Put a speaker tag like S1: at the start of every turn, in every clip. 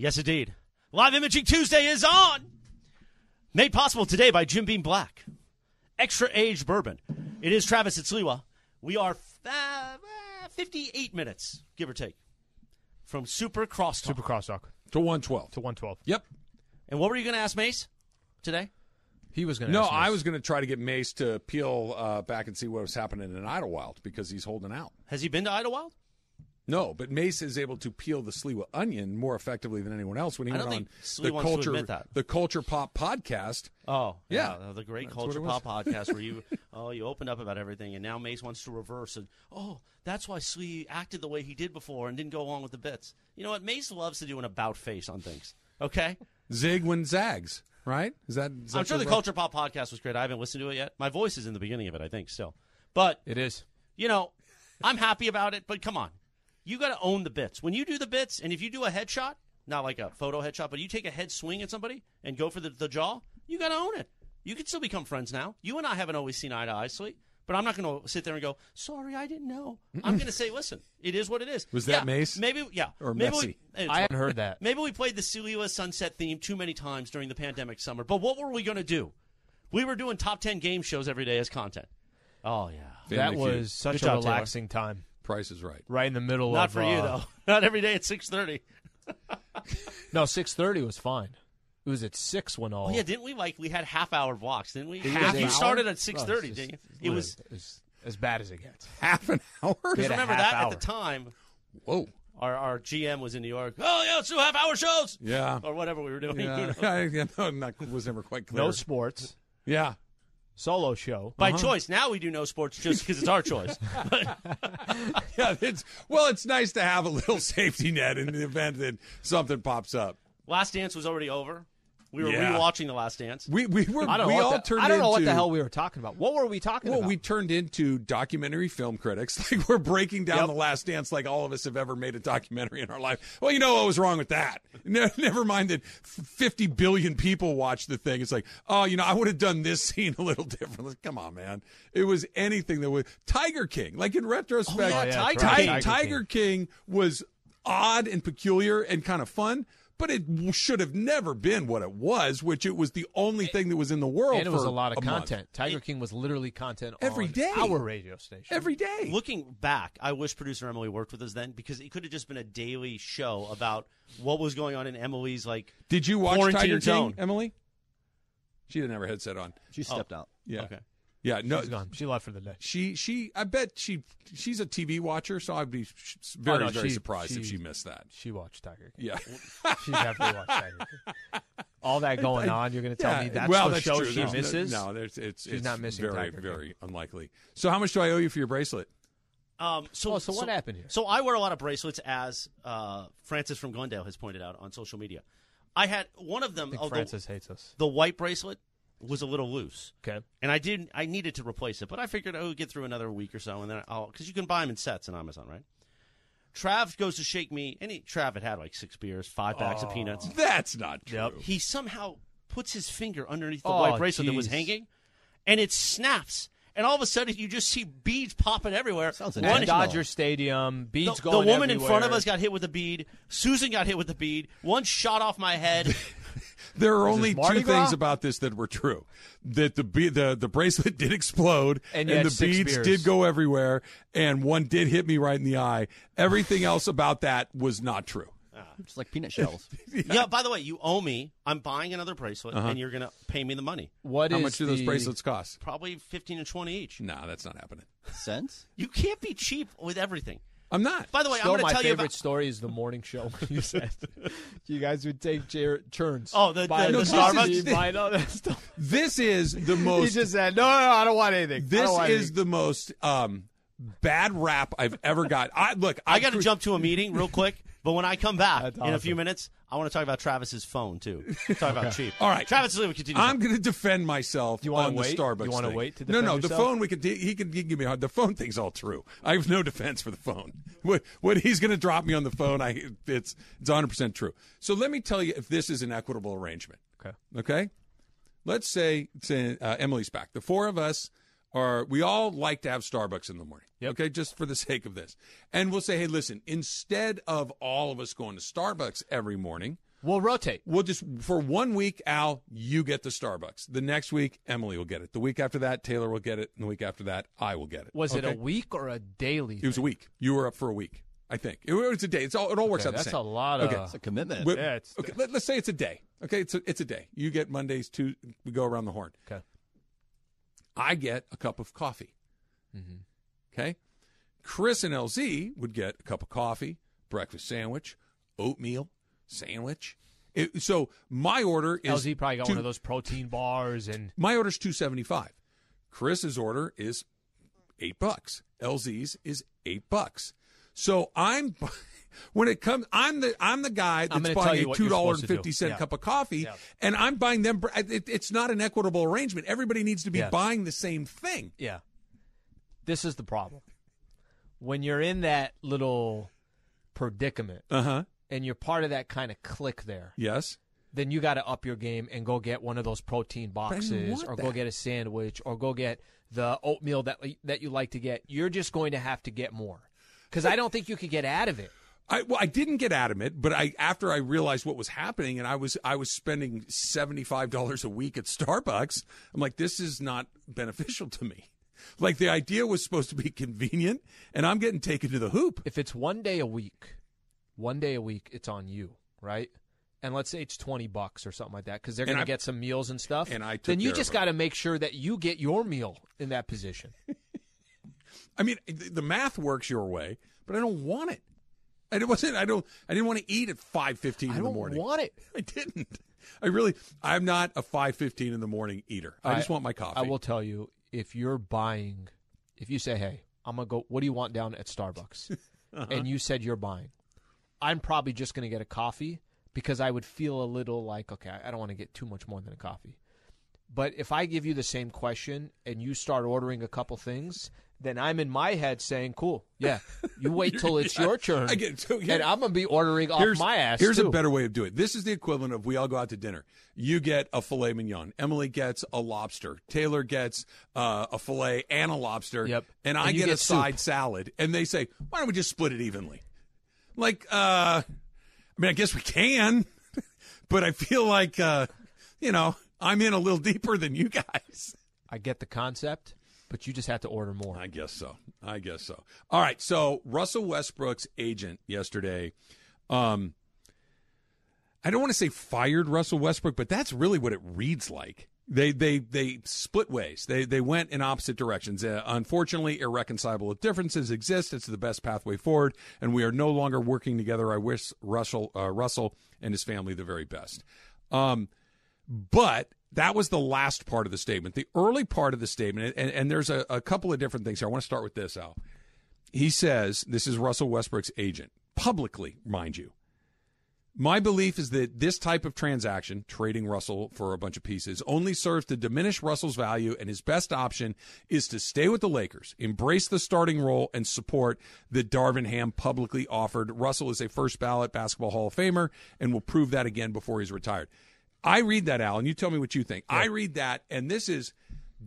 S1: Yes, indeed. Live Imaging Tuesday is on. Made possible today by Jim Beam Black. Extra Age Bourbon. It is Travis at Sliwa. We are uh, 58 minutes, give or take, from Super Crosstalk.
S2: Super crosstalk
S3: to 112.
S2: to 112.
S3: Yep.
S1: and what were you going to ask Mace today?
S2: He was going to
S3: No,
S2: ask me.
S3: I was going to try to get Mace to peel uh, back and see what was happening in Idlewild because he's holding out.
S1: Has he been to Idlewild?
S3: No, but Mace is able to peel the Sliwa onion more effectively than anyone else when he
S1: I
S3: went
S1: don't
S3: on
S1: think Slee
S3: the
S1: wants to
S3: culture
S1: admit that.
S3: the culture pop podcast.
S1: Oh,
S3: Yeah.
S1: the great
S3: That's
S1: culture
S3: what it
S1: pop podcast where you oh you opened up about everything, and now Mace wants to reverse and oh that's why Slee acted the way he did before and didn't go along with the bits. You know what? Mace loves to do an about face on things. Okay,
S3: Zig when zags, right? Is that? Is that
S1: I'm sure the
S3: right?
S1: culture pop podcast was great. I haven't listened to it yet. My voice is in the beginning of it, I think, still. But
S2: It is.
S1: you know, I'm happy about it. But come on, you got to own the bits when you do the bits, and if you do a headshot, not like a photo headshot, but you take a head swing at somebody and go for the, the jaw, you got to own it. You can still become friends now. You and I haven't always seen eye to eye, Slee. But I'm not going to sit there and go, sorry, I didn't know. I'm going to say, listen, it is what it is.
S3: Was that
S1: Yeah,
S3: Mace?
S1: Maybe, yeah.
S3: Or
S1: maybe
S3: Messi?
S1: We, it's
S2: I hadn't heard that.
S1: Maybe we played the Celia Sunset theme too many times during the pandemic summer. But what were we going to do? We were doing top 10 game shows every day as content. Oh, yeah.
S2: that
S3: Family Feud.
S2: was such
S1: Good
S2: a
S1: job, Taylor.
S2: relaxing time.
S3: Price is right.
S2: Right in the middle
S1: Not
S2: of
S1: for you,
S2: uh,
S1: though. Not every day at 6.30.
S2: No, 6:30 was fine. It was at 6 when all
S1: Oh, yeah. Didn't we, like, we had half-hour blocks, didn't we?
S3: Half
S1: you
S3: hour?
S1: started at
S2: Bro,
S1: 6.30,
S2: it's
S1: didn't you?
S2: just-
S1: It was,
S2: it's as- as bad as it gets.
S3: Half an hour.
S2: We had a
S1: remember
S2: half
S1: that at
S2: hour.
S1: the time,
S3: Whoa.
S1: our, our GM was in New York. Oh, yeah, let's do half-hour shows!
S3: Yeah.
S1: Or whatever we were doing. you
S3: Yeah.
S1: know.
S3: I, yeah, no, not, was never quite clear.
S2: Oh, No sports,
S3: yeah.
S2: solo show.
S1: By choice. Now we do no sports just because it's our choice.
S3: Yeah. It's well, it's nice to have a little safety net in the event that something pops up.
S1: Last Dance was already over. We were
S3: Yeah.
S1: rewatching The Last Dance.
S3: We we were
S2: I don't
S3: we
S2: know, what
S3: all
S2: the,
S3: turned
S2: I don't know what the
S3: into-
S2: hell we were talking about. What were we talking
S3: Well,
S2: about?
S3: we turned into documentary film critics. Like we're breaking down the Last Dance, like all of us have ever made a documentary in our life. Well, you know what was wrong with that? Ne- Never mind that f- fifty billion people watched the thing. It's like, oh, you know, I would have done this scene a little different. Like, come on, man. It was anything that was Tiger King. Like in retrospect,
S1: yeah, Oh, yeah, Tiger
S3: Ti-
S1: King.
S3: Tiger King was odd and peculiar and kind of fun. But it w- should have never been what it was, which it was the only thing that was in the world.
S2: and it was
S3: for
S2: Oh, a lot of
S3: month.
S2: content. Tiger King was literally content
S3: Every
S2: on
S3: day.
S2: Our radio station
S3: every day.
S1: Looking back, I wish producer Emily worked with us then because it could have just been a daily show about what was going on in Emily's like.
S3: Did you watch
S1: Quarantine
S3: Tiger King,
S1: Zone.
S3: Emily? She didn't have her headset on.
S4: She stepped out.
S3: Yeah.
S1: Okay.
S3: Yeah. No.
S2: She's gone. She left for the day.
S3: She she. I bet she she's a TV watcher, so I'd be sh- very
S2: Oh, no,
S3: very
S2: she-
S3: surprised if
S2: she-
S3: she missed that.
S2: She watched Tiger King.
S3: Yeah.
S2: She definitely watched Tiger King. All that going on, you're going to tell
S3: Yeah,
S2: me that's
S3: well,
S2: the
S3: that's
S2: show
S3: true.
S2: she
S3: There's no-
S2: misses?
S3: No, there's, it's
S2: She's
S3: it's
S2: not missing
S3: Very
S2: Tiger King.
S3: very unlikely. So how much do I owe you for your bracelet?
S1: Um, so,
S2: Oh, so what happened here?
S1: So I wear a lot of bracelets, as uh, Francis from Glendale has pointed out on social media. I had one of them.
S2: I think
S1: oh, the-
S2: Francis hates us.
S1: the white bracelet was a little loose.
S2: Okay.
S1: and I didn't. I needed to replace it, but I figured I would get through another week or so, and then I'll because you can buy them in sets on Amazon, right? Trav goes to shake me. Any Trav had had like six beers, five bags of peanuts.
S3: That's not true.
S1: He somehow puts his finger underneath the
S2: Oh,
S1: white bracelet that was
S2: geez.
S1: hanging, and it snaps. And all of a sudden, you just see beads popping everywhere.
S4: Sounds
S1: One-
S2: At
S4: intentional.
S2: Dodger Stadium,
S1: the,
S2: beats
S1: the
S2: going
S1: woman in
S2: everywhere.
S1: front of us got hit with a bead. Susan got hit with a bead. One shot off my head.
S3: There are only two
S2: Mardi Gras?
S3: things about this that were true: that the be- the the bracelet did explode,
S2: And you had
S3: the
S2: six
S3: beads
S2: beers.
S3: did go everywhere, and one did hit me right in the eye. Everything else about that was not true.
S4: It's like peanut shells.
S1: yeah. By the way, you owe me. I'm buying another bracelet,
S2: Uh-huh.
S1: and you're gonna pay me the money.
S2: What
S3: How
S2: is
S3: much do those
S2: the-
S3: bracelets cost?
S1: Probably fifteen and twenty each.
S3: Nah, that's not happening.
S4: Sense?
S1: You can't be cheap with everything.
S3: I'm not.
S1: By the way,
S2: Still,
S1: I'm going
S2: my
S1: to tell
S2: favorite
S1: you about.
S2: story is the morning show. You said you guys would take jer- turns.
S1: Oh, the-
S2: Buy
S1: the-
S3: the
S2: a
S3: Starbucks?
S2: coffee, buy another stuff.
S3: This is the most.
S2: He just said, "No, no, no, I don't want anything." I
S3: this
S2: don't want
S3: is
S2: anything."
S3: the most um, bad rap I've ever got. I look.
S1: I got to
S3: cru-
S1: jump to a meeting real quick, but when I come back
S2: That's
S1: in a
S2: awesome.
S1: few minutes, I want to talk about Travis's phone too. Talk about cheap.
S3: All right.
S1: Travis Lee, we continue.
S3: I'm going to defend myself
S2: You wanna
S3: on the
S2: wait?
S3: Starbucks.
S2: You wanna
S3: thing.
S2: wait to
S3: No, no.
S2: defend
S3: The
S2: yourself?
S3: phone we could. He could he can give me a hard. The phone thing's all true. I have no defense for the phone. What what he's going to drop me on the phone? I it's it's 100 percent true. So let me tell you if this is an equitable arrangement.
S2: Okay.
S3: Okay. Let's say, say uh, Emily's back. The four of us are. We all like to have Starbucks in the morning. Okay, just for the sake of this, and we'll say, hey, listen. Instead of all of us going to Starbucks every morning,
S5: We'll rotate.
S3: We'll just for one week, Al, you get the Starbucks. The next week, Emily will get it. The week after that, Taylor will get it. And the week after that, I will get it.
S5: Was it
S3: Okay?
S5: a week or a daily?
S3: It was a week. You were up for a week, I think. It was a day. It's all. It all works
S5: Okay,
S3: out the
S5: that's
S3: same.
S5: a lot of.
S3: Okay.
S4: Uh, It's a commitment.
S3: Wait,
S5: Yeah, it's-
S3: okay, let, us say it's a day. Okay, it's a, it's a day. You get Mondays. Two. We go around the horn.
S5: Okay.
S3: I get a cup of coffee.
S5: Mm-hmm.
S3: Okay. Chris and LZ would get a cup of coffee, breakfast sandwich, oatmeal sandwich. It, so my order is
S5: LZ probably got
S3: two-
S5: one of those protein bars and
S3: My order's two seventy five. Chris's order is eight bucks. LZ's is eight bucks. So I'm when it comes, I'm the I'm the guy
S5: I'm gonna
S3: that's
S5: tell
S3: buying
S5: you
S3: a
S5: what
S3: two
S5: you're
S3: dollar
S5: supposed
S3: and
S5: to do.
S3: fifty cent
S5: Yeah.
S3: cup of coffee,
S5: Yeah.
S3: and I'm buying them. br- It, it's not an equitable arrangement. Everybody needs to be
S5: Yes.
S3: buying the same thing.
S5: Yeah. This is the problem. When you're in that little predicament
S3: Uh huh.
S5: and you're part of that kind of clique there,
S3: Yes.
S5: then you got to up your game and go get one of those protein
S3: I didn't
S5: boxes
S3: want
S5: or
S3: that.
S5: go get a sandwich or go get the oatmeal that that you like to get. You're just going to have to get more cuz I don't think you could get out of it.
S3: I, well, I didn't get adamant, but I after I realized what was happening, and I was I was spending seventy five dollars a week at Starbucks. I'm like, this is not beneficial to me. Like the idea was supposed to be convenient, and I'm getting taken to the hoop.
S5: If it's one day a week, one day a week it's on you, right? And let's say it's 20 bucks or something like that cuz they're
S3: And
S5: going
S3: I-
S5: to get some meals and stuff.
S3: and I took
S5: then
S3: care
S5: you
S3: of
S5: just
S3: it.
S5: got to make sure that you get your meal in that position.
S3: I mean, th- the math works your way, but I don't want it. And it wasn't. I don't. I didn't want to eat at five fifteen
S5: I
S3: in the
S5: don't
S3: morning.
S5: want it.
S3: I didn't. I really. I'm not a five fifteen in the morning eater. I, just want my coffee.
S5: I will tell you if you're buying, if you say, "Hey, I'm gonna go. What do you want down at Starbucks?"
S3: Uh-huh.
S5: and you said you're buying, I'm probably just gonna get a coffee because I would feel a little like, okay, I don't want to get too much more than a coffee. But if I give you the same question and you start ordering a couple things, then I'm in my head saying, "Cool, yeah, you wait till it's your turn,
S3: I get- so here-
S5: and I'm gonna be ordering off my ass."
S3: Here's
S5: too.
S3: a better way of doing it. This is the equivalent of we all go out to dinner. You get a filet mignon. Emily gets a lobster. Taylor gets uh, a filet and a lobster.
S5: Yep.
S3: And I
S5: And you
S3: get, a
S5: get soup.
S3: side salad. And they say, why don't we just split it evenly? Like, uh, I mean, I guess we can, but I feel like, uh, you know, I'm in a little deeper than you guys.
S5: I get the concept, but you just have to order more.
S3: I guess so. I guess so. All right. So Russell Westbrook's agent yesterday, um, I don't want to say fired Russell Westbrook, but that's really what it reads like. They they they split ways. They they went in opposite directions. Uh, unfortunately, irreconcilable differences exist. It's the best pathway forward, and we are no longer working together. I wish Russell uh, Russell and his family the very best. Um, but that was the last part of the statement. The early part of the statement, and, and there's a, a couple of different things here. I want to start with this, Al. He says, this is Russell Westbrook's agent, publicly, mind you. My belief is that this type of transaction, trading Russell for a bunch of pieces, only serves to diminish Russell's value, and his best option is to stay with the Lakers, embrace the starting role, and support that Darvin Ham publicly offered. Russell is a first ballot basketball Hall of Famer and will prove that again before he's retired. I read that, Al, and you tell me what you think. I read that, and this is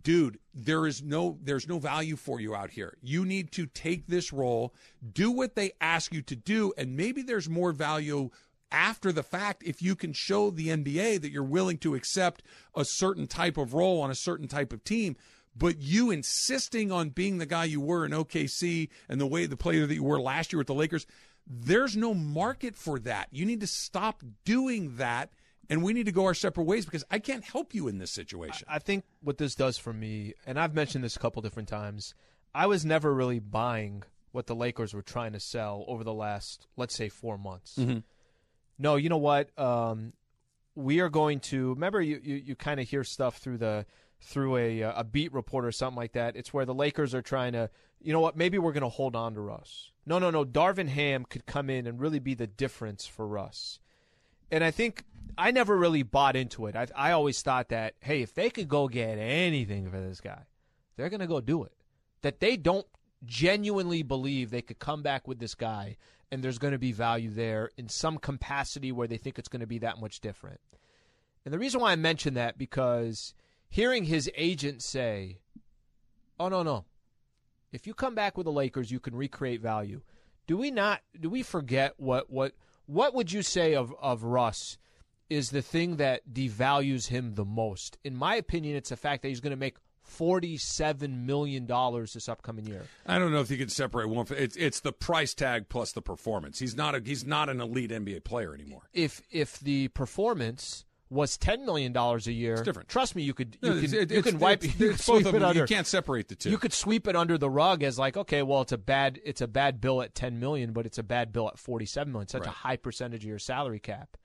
S3: dude there is no there's no value for you out here you need to take this role do what they ask you to do and maybe there's more value after the fact if you can show the nba that you're willing to accept a certain type of role on a certain type of team but you insisting on being the guy you were in OKC and the way the player that you were last year with the Lakers there's no market for that you need to stop doing that and we need to go our separate ways because I can't help you in this situation
S5: I think what this does for me, and I've mentioned this a couple different times, I was never really buying what the Lakers were trying to sell over the last, let's say, four months. No, you know what? Um, we are going to remember you. You, you kind of hear stuff through the through a uh, a beat reporter or something like that. It's where the Lakers are trying to, you know what? Maybe we're going to hold on to Russ. No, no, no. Darvin Ham could come in and really be the difference for Russ and I think I never really bought into it. I, I always thought that, hey, if they could go get anything for this guy, they're going to go do it. That they don't genuinely believe they could come back with this guy and there's going to be value there in some capacity where they think it's going to be that much different. And the reason why I mention that because hearing his agent say, "Oh no, no. If you come back with the Lakers, you can recreate value." Do we not do we forget what what what would you say of of Russ is the thing that devalues him the most? In my opinion, it's the fact that he's going to make 47 million dollars this upcoming year.
S3: I don't know if you can separate one. From, it's it's the price tag plus the performance. He's not a he's not an elite NBA player anymore.
S5: If if the performance was ten million dollars a year.
S3: different.
S5: Trust me, you could you
S3: No,
S5: can
S3: it's- it-
S5: you
S3: it's-
S5: can wipe
S3: it's-
S5: you
S3: it's
S5: could
S3: both
S5: sweep
S3: of
S5: it
S3: them.
S5: under.
S3: You can't separate the two.
S5: You could sweep it under the rug as like, okay, well, it's a bad, it's a bad bill at ten million, but it's a bad bill at forty-seven million. It's Such a
S3: Right.
S5: high percentage of your salary cap.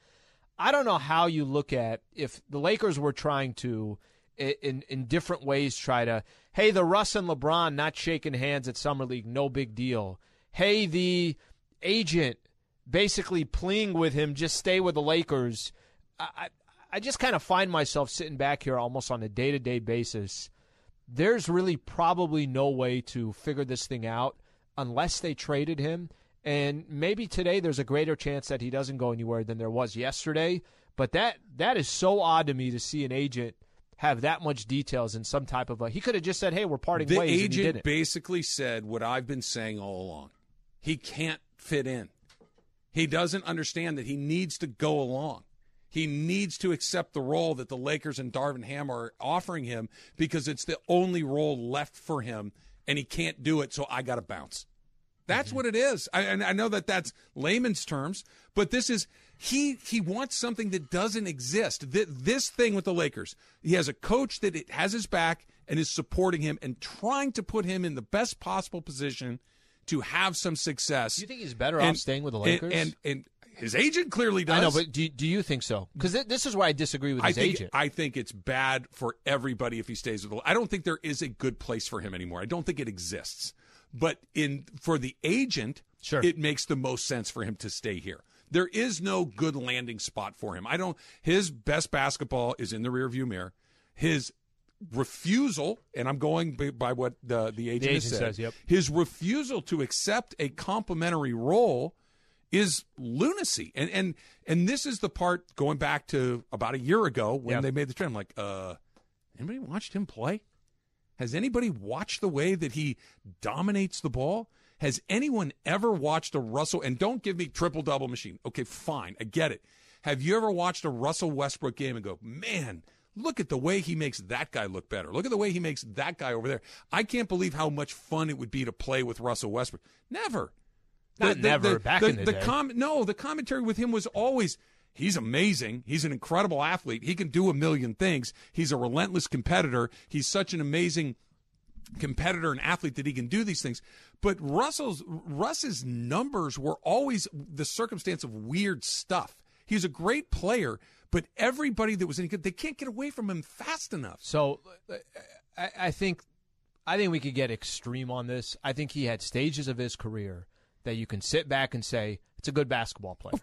S5: I don't know how you look at if the Lakers were trying to, i- in in different ways, try to, hey, the Russ and LeBron not shaking hands at summer league, no big deal. Hey, the agent basically pleading with him, just stay with the Lakers. I I, I just kind of find myself sitting back here almost on a day to day basis there's really probably no way to figure this thing out unless they traded him. And maybe today there's a greater chance that he doesn't go anywhere than there was yesterday. But that that is so odd to me to see an agent have that much details in some type of a. He could have just said, "Hey, we're parting
S3: the
S5: ways," and he
S3: agent
S5: didn't.
S3: basically said what I've been saying all along. He can't fit in. He doesn't understand that he needs to go along. He needs to accept the role that the Lakers and Darvin Ham are offering him because it's the only role left for him, and he can't do it. So I got to bounce. That's
S5: Mm-hmm.
S3: what it is. I, and I know that that's layman's terms, but this is he he wants something that doesn't exist. Th- this thing with the Lakers, he has a coach that it has his back and is supporting him and trying to put him in the best possible position to have some success.
S5: Do you think he's better off staying with the
S3: and-
S5: Lakers?
S3: And, and his agent clearly does.
S5: I know, but do, do you think so? Because th- this is where I disagree with
S3: I
S5: his
S3: think
S5: agent.
S3: I think it's bad for everybody if he stays with. The, I don't think there is a good place for him anymore. I don't think it exists. But in for the agent,
S5: Sure.
S3: it makes the most sense for him to stay here. There is no good landing spot for him. I don't. His best basketball is in the rearview mirror. His refusal, and I'm going by, by what the the agent, has
S5: agent
S3: said,
S5: says, yep.
S3: His refusal to accept a complimentary role is lunacy. And and and this is the part going back to about a year ago when
S5: Yeah.
S3: they made the trend. I'm like, uh, anybody watched him play? Has anybody watched the way that he dominates the ball? Has anyone ever watched a Russell? And don't give me triple double machine. Okay, fine, I get it. Have you ever watched a Russell Westbrook game and go, man? Look at the way he makes that guy look better. Look at the way he makes that guy over there. I can't believe how much fun it would be to play with Russell Westbrook. Never.
S5: Not never, back in the day.
S3: com- no, the commentary with him was always he's amazing. He's an incredible athlete. He can do a million things. He's a relentless competitor. He's such an amazing competitor and athlete that he can do these things. But Russell's Russ's numbers were always the circumstance of weird stuff. He's a great player, but everybody that was in they can't get away from him fast enough.
S5: So uh, I, I think I think we could get extreme on this. I think he had stages of his career that you can sit back and say it's a good basketball player.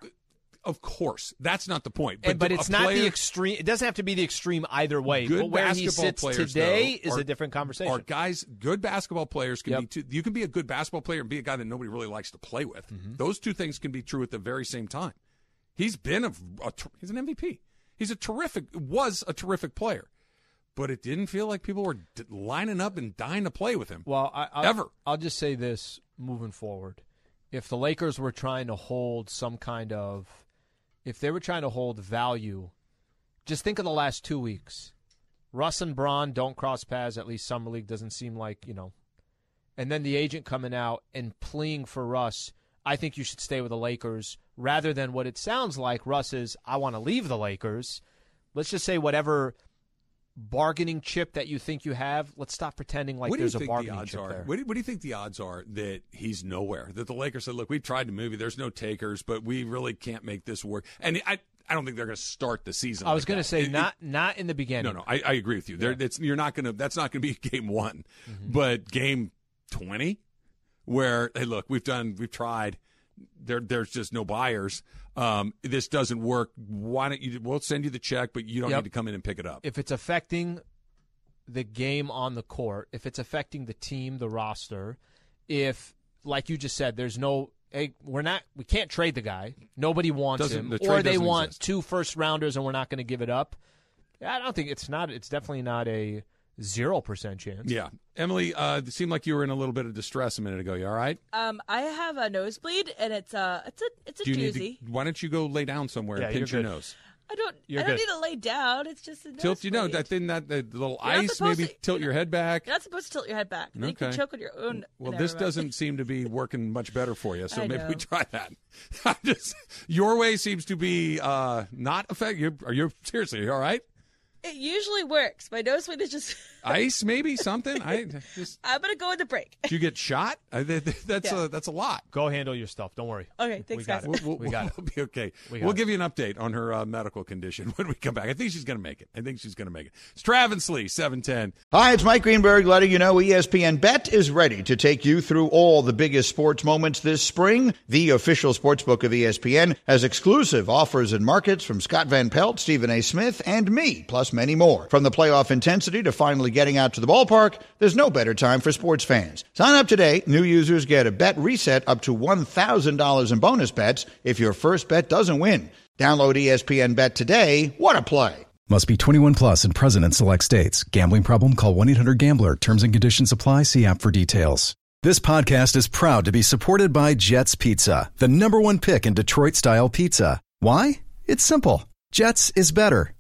S3: Of course, that's not the point.
S5: And- But,
S3: a
S5: it's not the
S3: player-
S5: extreme. It doesn't have to be the extreme either way.
S3: Good
S5: but where he
S3: basketball
S5: sits
S3: players,
S5: today
S3: though,
S5: is
S3: are-
S5: a different conversation.
S3: Are guys good basketball players can
S5: Yep.
S3: be too, you can be a good basketball player and be a guy that nobody really likes to play with.
S5: Mm-hmm.
S3: Those two things can be true at the very same time. He's been a, a ter- he's an MVP. He's a terrific was a terrific player, but it didn't feel like people were d- lining up and dying to play with him.
S5: Well, I, I'll,
S3: Ever.
S5: I'll just say this moving forward. If the Lakers were trying to hold some kind of, if they were trying to hold value, just think of the last two weeks. Russ and Braun don't cross paths. At least summer league doesn't seem like you know. And then the agent coming out and pleading for Russ. I think you should stay with the Lakers rather than what it sounds like. Russ is I want to leave the Lakers. Let's just say whatever bargaining chip that you think you have. Let's stop pretending like
S3: what do you
S5: there's a
S3: think the
S5: bargaining
S3: odds
S5: chip
S3: are?
S5: there.
S3: What do, what do you think the odds are that he's nowhere? That the Lakers said, "Look, we tried to move you. There's no takers, but we really can't make this work." And I, I don't think they're going to start the season.
S5: I was
S3: like
S5: going to
S3: that.
S5: say
S3: It- it-
S5: not not in the beginning.
S3: No, no, I, I agree with you. There, it's, you're not going to. That's not going to be game
S1: Mm-hmm.
S3: one, but game twenty, where hey, look, we've done, we've tried. there there's just no buyers. Um, this doesn't work. Why don't you? We'll send you the check, but you don't
S5: Yep.
S3: need to come in and pick it up.
S5: if it's affecting the game on the court, if it's affecting the team, the roster, if like you just said, there's no hey, we're not we can't trade the guy. Nobody wants
S3: Doesn't-
S5: him.
S3: the
S5: or
S3: trade
S5: they
S3: doesn't
S5: want
S3: exist.
S5: two first rounders and we're not gonna give it up. I don't think it's not it's definitely not a zero percent chance.
S3: yeah, Emily, uh, it seemed like you were in a little bit of distress a minute ago. You all right?
S6: Um, I have a nosebleed, and it's a it's a it's a
S3: Do you
S6: doozy.
S3: need to? Why don't you go lay down somewhere
S1: Yeah,
S3: and
S1: you're
S3: pinch your
S1: good.
S3: nose?
S6: I don't
S5: You're
S6: I don't
S5: good.
S6: need to lay down. It's just a nosebleed.
S3: Tilt, you know, that thing that the little
S6: You're not
S3: ice.
S6: supposed
S3: Maybe
S6: to-
S3: tilt your head back.
S6: You're not supposed to tilt your head back. Okay. You can
S3: Okay.
S6: choke on your own.
S3: Well,
S6: never
S3: this
S6: mind.
S3: doesn't seem to be working much better for you, so
S6: I
S3: maybe we
S6: know.
S3: try that. I'm just, your way seems to be uh, not effective. Are you seriously? Are you all right?
S6: It usually works. My nosebleed is just.
S3: Ice, maybe something. I just.
S6: I'm gonna go into break.
S3: Did you get shot? I, th- th- that's
S6: Yeah.
S3: a that's a lot.
S5: Go handle your stuff. Don't worry.
S6: Okay, thanks, guys.
S5: got it.
S3: We'll, we'll,
S5: We got it.
S3: we'll be okay.
S5: We
S3: We
S5: got
S3: will
S5: it.
S3: give you an update on her uh, medical condition when we come back. I think she's going to make it. I think she's going to make it. It's Travis Lee, seven ten.
S7: Hi, it's Mike Greenberg letting you know E ESPN Bet is ready to take you through all the biggest sports moments this spring. The official sportsbook of E ESPN has exclusive offers and markets from Scott Van Pelt, Stephen A. Smith, and me, plus many more. From the playoff intensity to finally getting out to the ballpark, there's no better time for sports fans. Sign up today. New users get a bet reset up to $1,000 in bonus bets if your first bet doesn't win. Download E ESPN Bet today. What a play!
S8: Must be 21 plus and present in select states. Gambling problem? Call 1 800 Gambler. Terms and conditions apply. See app for details. This podcast is proud to be supported by Jets Pizza, the number one pick in Detroit style pizza. Why? It's simple. Jets is better.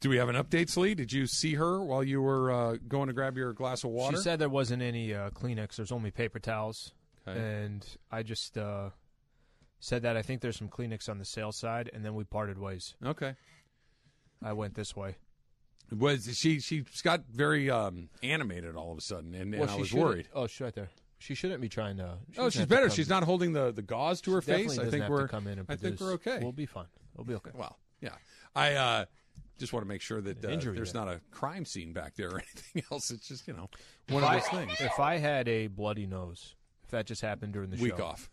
S3: Do we have an update, Slee? Did you see her while you were uh, going to grab your glass of water?
S5: She said there wasn't any uh, Kleenex. There's only paper towels,
S3: Okay.
S5: and I just uh, said that I think there's some Kleenex on the sale side, and then we parted ways.
S3: okay.
S5: I went this way.
S3: Was she? She got very um, animated all of a sudden, and, and I was worried.
S5: Oh, she's right there. She shouldn't be trying to. she
S3: Oh,
S5: doesn't
S3: she's
S5: have to
S3: better.
S5: come-
S3: She's not holding the, the gauze to her
S5: she
S3: face.
S5: definitely
S3: I
S5: doesn't
S3: think
S5: have
S3: we're
S5: to come in and
S3: I think we're
S5: produce.
S3: okay.
S5: We'll be fine. We'll be okay.
S3: Well, yeah. I uh, just want to make sure that uh,
S5: Injury,
S3: there's
S5: yeah.
S3: not a crime scene back there or anything else. It's just you know
S5: One
S3: of those things.
S5: If I had a bloody nose, if that just happened during the
S3: week
S5: show,
S3: off.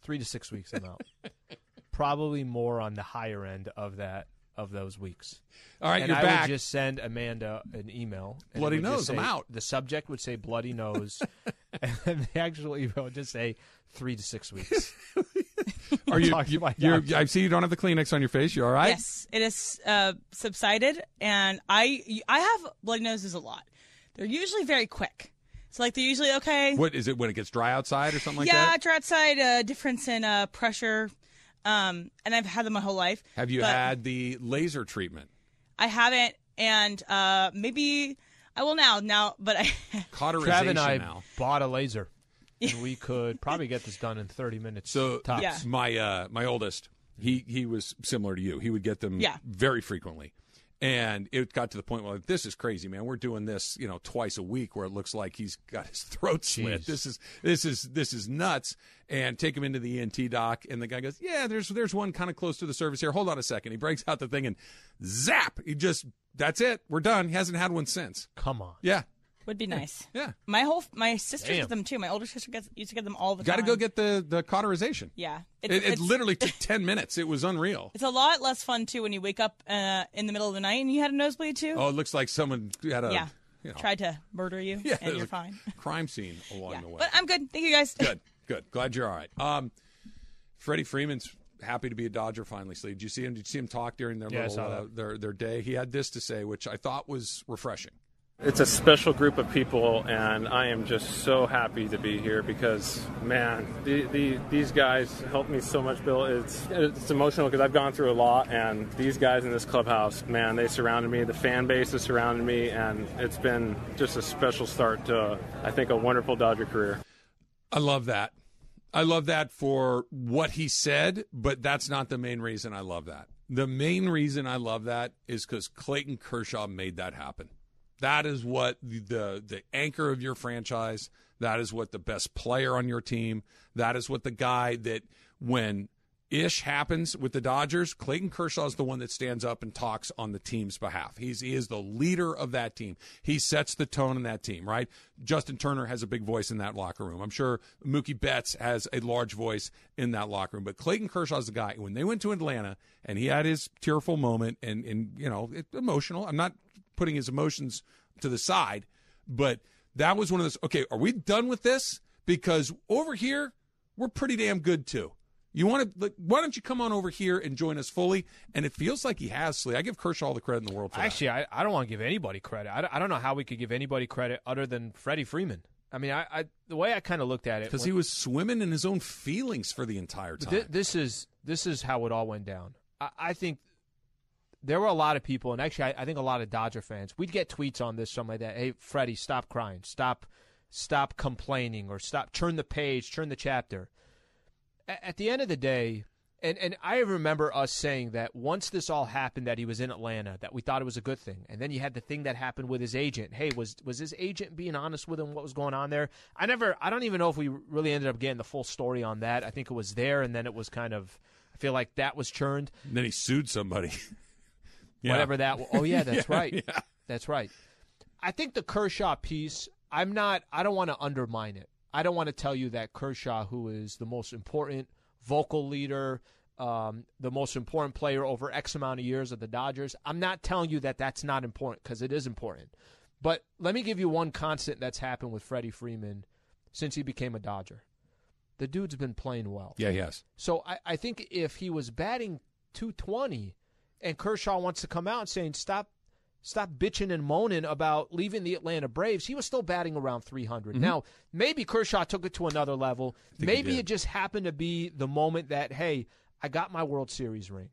S5: three to six weeks, I'm out. Probably more on the higher end of that of those weeks.
S3: All right,
S5: and
S3: you're
S5: I
S3: back.
S5: would just send Amanda an email. and it
S3: Bloody
S5: would just
S3: nose, I'm
S5: say-
S3: out.
S5: The subject would say bloody nose, and then the actual email would just say three to six weeks.
S3: Are you?
S5: talking
S3: you
S5: about
S3: you're,
S5: that.
S3: I see you don't have the Kleenex on your face. You all right?
S9: Yes, it has uh, subsided, and I I have bloody noses a lot. They're usually very quick. So like they're usually okay.
S3: What is it when it gets dry outside or something like
S9: yeah,
S3: that?
S9: it's outside uh, difference in uh, pressure, um, and I've had them my whole life.
S3: Have you
S9: but
S3: had the laser treatment?
S9: I haven't, and uh, maybe I will now. Now, but I
S3: Cauterization
S5: Trav and I
S3: now.
S5: bought a laser, and we could probably get this done in thirty minutes.
S3: So
S5: tops.
S9: Yeah.
S3: my uh, my oldest, he he was similar to you. He would get them
S9: Yeah.
S3: very frequently. And it got to the point where like, this is crazy, man. We're doing this, you know, twice a week where it looks like he's got his throat slit.
S5: Jeez.
S3: This is this is this is nuts. And take him into the ENT doc and the guy goes, Yeah, there's there's one kind of close to the surface here. Hold on a second. He breaks out the thing and zap. He just that's it. We're done. He hasn't had one since.
S5: come on,
S3: Yeah.
S9: would be nice.
S3: Yeah.
S9: My whole my sister
S5: Damn.
S9: gets them too. My older sister gets used to get them all the
S3: Gotta
S9: time.
S3: go get the, the cauterization.
S9: Yeah,
S3: It, it literally took ten minutes. It was unreal.
S9: It's a lot less fun too when you wake up uh, in the middle of the night and you had a nosebleed too.
S3: Oh, it looks like someone had a
S9: yeah,
S3: you know,
S9: tried to murder you
S3: Yeah,
S9: and
S3: there's
S9: you're
S3: a
S9: fine.
S3: Crime scene along
S9: Yeah,
S3: the way.
S9: but um, I'm good. Thank you guys.
S3: good, good. Glad you're all right. Um, Freddie Freeman's happy to be a Dodger finally. Sleeve. Did you see him? Did you see him talk during their
S5: Yeah, I
S3: little,
S5: saw
S3: uh,
S5: that.
S3: their their day? He had this to say, which I thought was refreshing.
S10: It's a special group of people, and I am just so happy to be here because, man, the, the, these guys helped me so much, Bill. It's, it's emotional because I've gone through a lot, and these guys in this clubhouse, man, they surrounded me. The fan base has surrounded me, and it's been just a special start to, I think, a wonderful Dodger career.
S3: I love that. I love that for what he said, but that's not the main reason I love that. The main reason I love that is because Clayton Kershaw made that happen. That is what the, the the anchor of your franchise. That is what the best player on your team. That is what the guy that when ish happens with the Dodgers, Clayton Kershaw is the one that stands up and talks on the team's behalf. He's he is the leader of that team. He sets the tone in that team, right? Justin Turner has a big voice in that locker room. I'm sure Mookie Betts has a large voice in that locker room. But Clayton Kershaw is the guy when they went to Atlanta and he had his tearful moment and and you know, it, emotional. I'm not putting his emotions to the side, but that was one of those okay, are we done with this? Because over here, we're pretty damn good too. You want to? Like, why don't you come on over here and join us fully? And it feels like he has, Slee. I give Kershaw all the credit in the world for that.
S5: Actually, I, I don't want to give anybody credit. I don't, I don't know how we could give anybody credit other than Freddie Freeman. I mean, I, I the way I kind of looked at it
S3: because
S5: when-
S3: he was swimming in his own feelings for the entire
S5: But
S3: time.
S5: thi- this is this is how it all went down. I, I think there were a lot of people, and actually, I, I think a lot of Dodger fans. We'd get tweets on this, something like that. Hey, Freddie, stop crying, stop, stop complaining, or stop. Turn the page, turn the chapter. A- at the end of the day, and and I remember us saying that once this all happened, that he was in Atlanta, that we thought it was a good thing, and then you had the thing that happened with his agent. Hey, was was his agent being honest with him? What was going on there? I never, I don't even know if we really ended up getting the full story on that. I think it was there, and then it was kind of, I feel like that was churned.
S3: And then he sued somebody. Yeah.
S5: Whatever that. wa- Oh yeah, that's
S3: Yeah,
S5: right.
S3: yeah.
S5: That's right. I think the Kershaw piece. I'm not. I don't want to undermine it. I don't want to tell you that Kershaw, who is the most important vocal leader, um, the most important player over X amount of years of the Dodgers. I'm not telling you that that's not important because it is important. But let me give you one constant that's happened with Freddie Freeman since he became a Dodger. The dude's been playing well.
S3: yeah, yes.
S5: So I, I think if he was batting 220 and Kershaw wants to come out saying stop stop bitching and moaning about leaving the Atlanta Braves, he was still batting around 300.
S11: Mhm.
S5: Now, maybe Kershaw took it to another level.
S11: he
S5: Maybe
S11: did.
S5: it just happened to be the moment that hey, I got my World Series ring.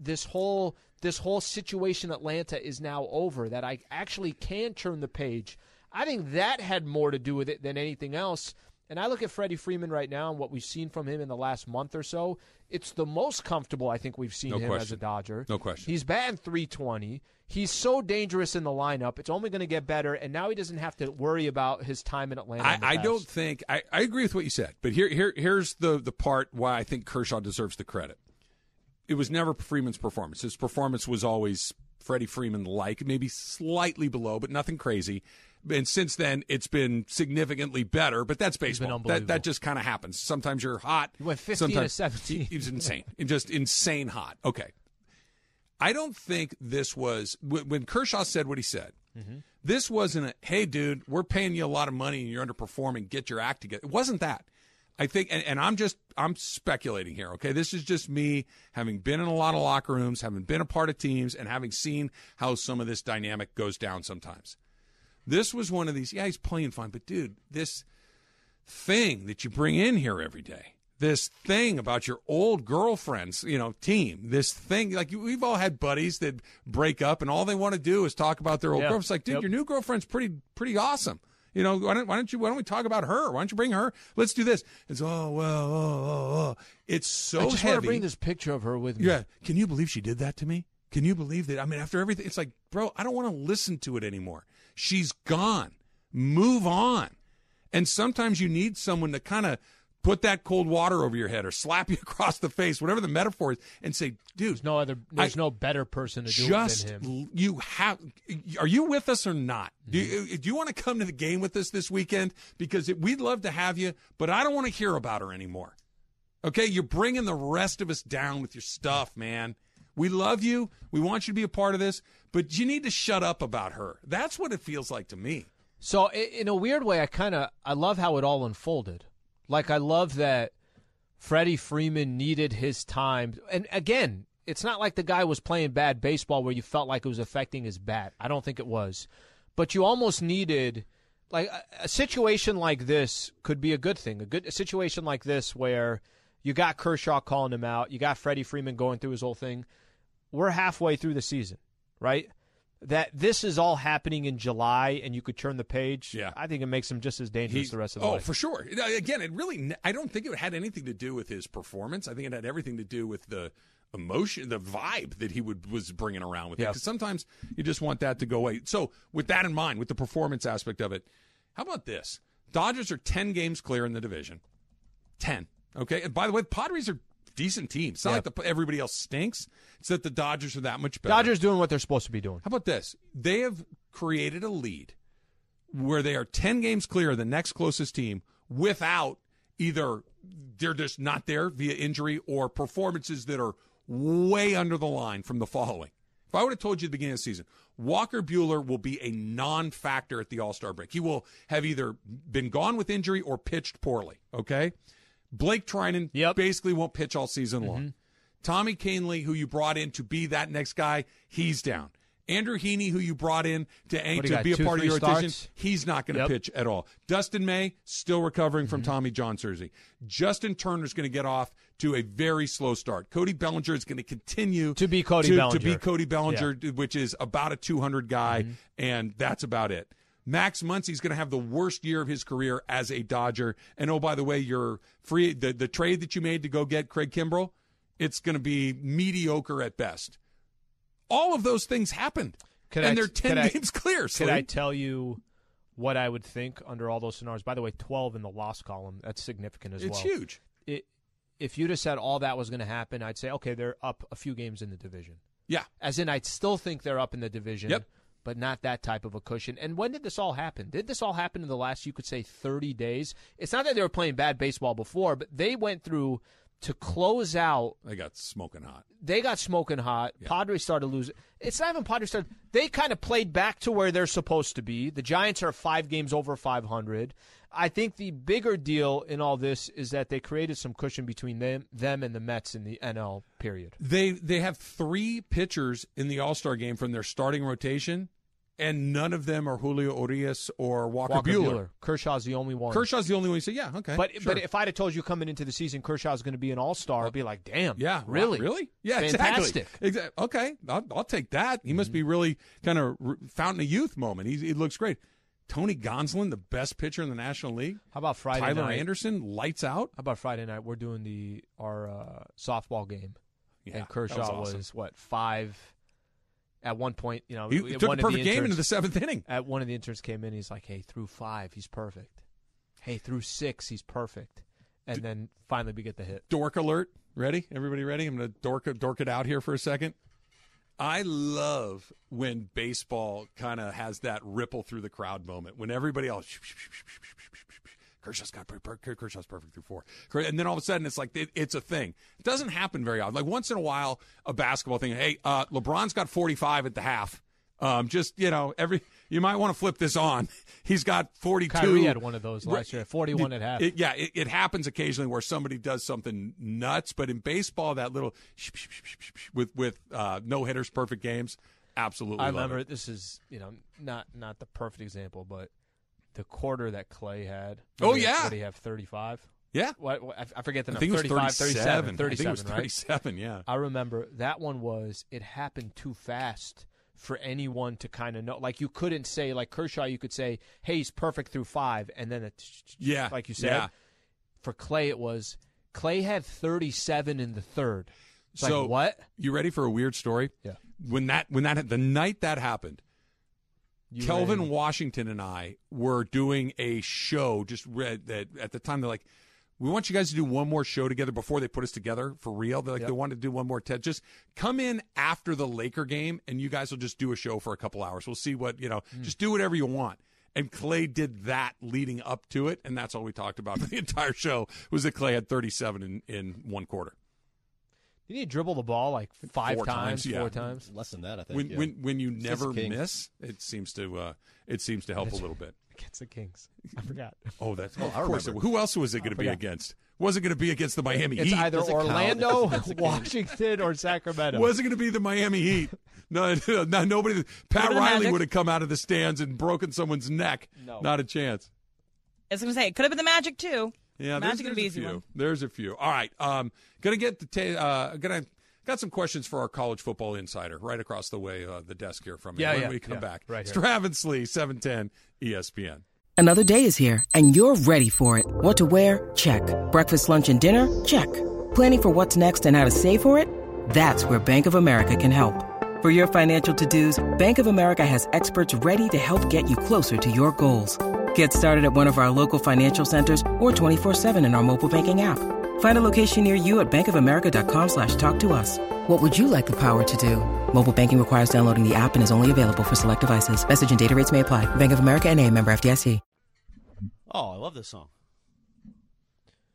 S5: This whole this whole situation in Atlanta is now over that I actually can turn the page. I think that had more to do with it than anything else. And I look at Freddie Freeman right now and what we've seen from him in the last month or so. It's the most comfortable I think we've seen
S3: No
S5: him as a
S3: question.
S5: Dodger.
S3: No question.
S5: He's batting 320. He's so dangerous in the lineup. It's only going to get better. And now he doesn't have to worry about his time in Atlanta.
S3: I,
S5: in the
S3: I
S5: past.
S3: don't think I, I agree with what you said, but here here here's the the part why I think Kershaw deserves the credit. It was never Freeman's performance. His performance was always Freddie Freeman like, maybe slightly below, but nothing crazy. And since then, it's been significantly better. But that's baseball. That that just kind of happens. Sometimes you're hot. He went
S5: 15 to 17.
S3: He, was insane. just insane hot. Okay. I don't think this was when when Kershaw said what he said.
S11: Mhm.
S3: This wasn't a hey, dude, we're paying you a lot of money and you're underperforming. Get your act together. It wasn't that. I think, and, and I'm just I'm speculating here. Okay, this is just me having been in a lot of locker rooms, having been a part of teams, and having seen how some of this dynamic goes down sometimes. This was one of these. Yeah, he's playing fine, but dude, this thing that you bring in here every day. This thing about your old girlfriend's, you know, team. This thing, like you- we've all had buddies that break up, and all they want to do is talk about their old
S11: Yeah.
S3: girlfriend. It's like, dude,
S11: Yep.
S3: your new girlfriend's pretty, pretty awesome. You know, why don't, why don't you, why don't we talk about her? Why don't you bring her? Let's do this. It's oh well, oh, oh, oh. it's so
S5: I just
S3: heavy.
S5: want to bring this picture of her with me.
S3: Yeah. Can you believe she did that to me? Can you believe that? I mean, after everything, it's like, bro, I don't want to listen to it anymore. She's gone. Move on. And sometimes you need someone to kind of put that cold water over your head or slap you across the face, whatever the metaphor is, and say, dude,
S5: There's no other. There's no better person to do
S3: just
S5: it than him.
S3: l- you have are you with us or not do
S5: Mm-hmm.
S3: you, do you want to come to the game with us this weekend because it, we'd love to have you but i don't want to hear about her anymore okay you're bringing the rest of us down with your stuff man we love you we want you to be a part of this but you need to shut up about her that's what it feels like to me
S5: So i- in a weird way, I kind of I love how it all unfolded. Like I love that Freddie Freeman needed his time, and again, it's not like the guy was playing bad baseball where you felt like it was affecting his bat. I don't think it was, but you almost needed like a, a situation like this could be a good thing. A good a situation like this where you got Kershaw calling him out, you got Freddie Freeman going through his whole thing. We're halfway through the season, right? that this is all happening in July and you could turn the page, yeah. I think it makes him just as dangerous
S3: He-
S5: the rest of the
S3: oh
S5: way.
S3: for sure You know, again it really n- i don't think it had anything to do with his performance i think it had everything to do with the emotion the vibe that he would was bringing around with it
S11: Yeah.
S3: 'Cause sometimes you just want that to go away so with that in mind with the performance aspect of it how about this dodgers are 10 games clear in the division 10 okay and by the way the padres are decent teams it's not like the, everybody else stinks it's that the dodgers are that much better
S5: Dodgers doing what they're supposed to be doing.
S3: how about this? They have created a lead where they are 10 games clear of the next closest team without either they're just not there via injury or performances that are way under the line from the following. If I would have told you at the beginning of the season, Walker Bueller will be a non factor at the All Star break, he will have either been gone with injury or pitched poorly. Okay. Blake Trinan basically won't pitch all season long. Tommy Canley, who you brought in to be that next guy, he's down. Andrew Heaney, who you brought in to,
S5: What do you
S3: to
S5: got,
S3: be a
S5: two,
S3: part of
S5: three
S3: your rotation,
S5: starts?
S3: he's not going to
S5: Yep. Mm-hmm.
S3: pitch at all. Dustin May, still recovering from Tommy John surgery. Justin Turner's going to get off to a very slow start. Cody Bellinger is going to continue to be
S5: Cody
S3: to,
S5: Bellinger. Mm-hmm.
S3: be Cody Bellinger, which is about a 200 guy, and that's about it. Max Muncy's going to have the worst year of his career as a Dodger. And oh, by the way, your free the, the trade that you made to go get Craig Kimbrell, it's going to be mediocre at best. All of those things happened,
S5: Could
S3: and
S5: I-
S3: they're ten
S5: could I-
S3: games clear.
S5: Could I
S3: Sleep.
S5: tell you what I would think under all those scenarios? By the way, twelve in the loss column that's significant as
S3: It's
S5: well.
S3: huge.
S5: It, if you'd have said all that was going to happen, I'd say okay, they're up a few games in the division.
S3: Yeah,
S5: as in I'd still think they're up in the division.
S3: Yep.
S5: But not that type of a cushion. And when did this all happen? Did this all happen in the last, you could say, 30 days? It's not that they were playing bad baseball before, but they went through to close out
S3: They got smoking hot.
S5: they got smoking hot. Padres started losing. It's not even Padres started. They kind of played back to where they're supposed to be. The Giants are five games over 500. I think the bigger deal in all this is that they created some cushion between them, them and the Mets in the NL period.
S3: They they have three pitchers in the All Star game from their starting rotation, and none of them are Julio Urias or Walker, Bueller.
S5: Kershaw's the only one.
S3: Kershaw's the only one. You say, yeah, okay,
S5: But
S3: sure.
S5: but if I'd have told you coming into the season Kershaw's going to be an all star, I'd be like, damn,
S3: yeah, wow,
S5: really,
S3: really, yeah,
S5: fantastic. Mm-hmm.
S3: exactly. Exact- Okay, I'll, I'll take that. He must be really kind of r fountain of youth moment. He's, he looks great. Tony Gonsolin, the best pitcher in the National League.
S5: How about Friday
S3: Tyler
S5: night?
S3: Anderson lights out.
S5: How about Friday night? We're doing the our uh, softball game,
S3: Yeah,
S5: and
S3: that was
S5: Kershaw was, uh,
S3: awesome.
S5: what five. At one point, you know,
S3: He
S5: we-
S3: took a
S5: one of the
S3: perfect game
S5: interns-
S3: into the seventh inning.
S5: At one of the interns came in, he's like, "Hey, through five, he's perfect. Hey, through six, he's perfect." And then finally, we get the hit.
S3: dork alert. Ready? Everybody ready? I'm going to dork dork it out here for a second. I love when baseball kind of has that ripple through the crowd moment when everybody else Kershaw's got per- per- Kershaw's perfect through four, Ker- and then all of a sudden it's like it, it's a thing. It doesn't happen very often. Like once in a while, a basketball thing. Hey, uh, LeBron's got forty five at the half. Um, just you know, every you might want to flip this on. He's got forty two.
S5: Kyrie had one of those last year, 41 at half.
S3: It, yeah, it, it happens occasionally where somebody does something nuts, but in baseball, that little with with uh, no hitters, perfect games, absolutely.
S5: I
S3: love
S5: remember
S3: it.
S5: this is you know not not the perfect example, but the quarter that Clay had.
S3: Oh,
S5: What did he- what
S3: yeah.
S5: did he have thirty five?
S3: Yeah.
S5: what, what- I f- I forget the
S3: I
S5: number.
S3: think it was
S5: 35, 37,
S3: 37. I think it was
S5: 37, right?
S3: 37, yeah.
S5: I remember that one was it happened too fast for anyone to kind of know. Like you couldn't say like Kershaw, you could say, "Hey, he's perfect through five, and then it,
S3: Yeah,
S5: like you said.
S3: yeah.
S5: For Clay, it was Clay had thirty seven in the third. It's
S3: so
S5: like, what?
S3: You ready for a weird story?
S5: Yeah.
S3: When that when that the night that happened,
S5: You
S3: Kelvin
S5: ready?
S3: Washington and I were doing a show. Just read that at the time they're like, we want you guys to do one more show together before they put us together for real. They're like
S11: Yep.
S3: they wanted to do one more TED. Just come in after the Laker game and you guys will just do a show for a couple hours. We'll see what you know. Just do whatever you want. And Clay did that leading up to it, and that's all we talked about for the entire show was that Clay had 37 in, in one quarter.
S5: Did he dribble the ball like five
S3: Four times,
S5: times,
S3: yeah.
S5: four times?
S4: Less than that, I
S3: when when when you
S4: Against the
S3: never
S4: Kings.
S3: miss, it seems to uh, it seems to help
S5: That's
S3: a little bit.
S5: Against the Kings. I forgot.
S3: Oh, that's
S5: Oh,
S3: of
S5: I
S3: course. It,
S5: remember.
S3: who else was it
S5: I
S9: Oh,
S3: going to be
S5: forgot.
S3: against? Was it going to be against the Miami
S5: It's
S3: Heat?
S5: either
S3: Does it count?
S5: Orlando, Washington, or Sacramento.
S3: Was it going to be the Miami Heat? No, no nobody. Pat
S9: Go to the
S3: Riley
S9: Magic.
S3: would have come out of the stands and broken someone's neck.
S9: No.
S3: Not a chance.
S9: I was gonna say it could have been the Magic too.
S3: Yeah, there's,
S9: Magic
S3: there's
S9: would be
S3: a
S9: easy
S3: few.
S9: one.
S3: There's a few. All right, um, gonna get the ta- uh, gonna Got some questions for our college football insider right across the way, uh, the desk here from him.
S11: Yeah,
S3: when
S11: yeah,
S3: we come
S11: yeah,
S3: back,
S11: right here.
S3: Straven Slee, seven ten, E ESPN.
S11: Another day is here, and you're ready for it. What to wear? Check. Breakfast, lunch, and dinner? Check. Planning for what's next and how to save for it? That's where Bank of America can help. For your financial to-dos, Bank of America has experts ready to help get you closer to your goals. Get started at one of our local financial centers or 24-7 in our mobile banking app. Find a location near you at bankofamerica.com slash talk to us. What would you like the power to do? Mobile banking requires downloading the app and is only available for select devices. Message and data rates may apply. Bank of America and a member FDIC.
S1: Oh, I love this song.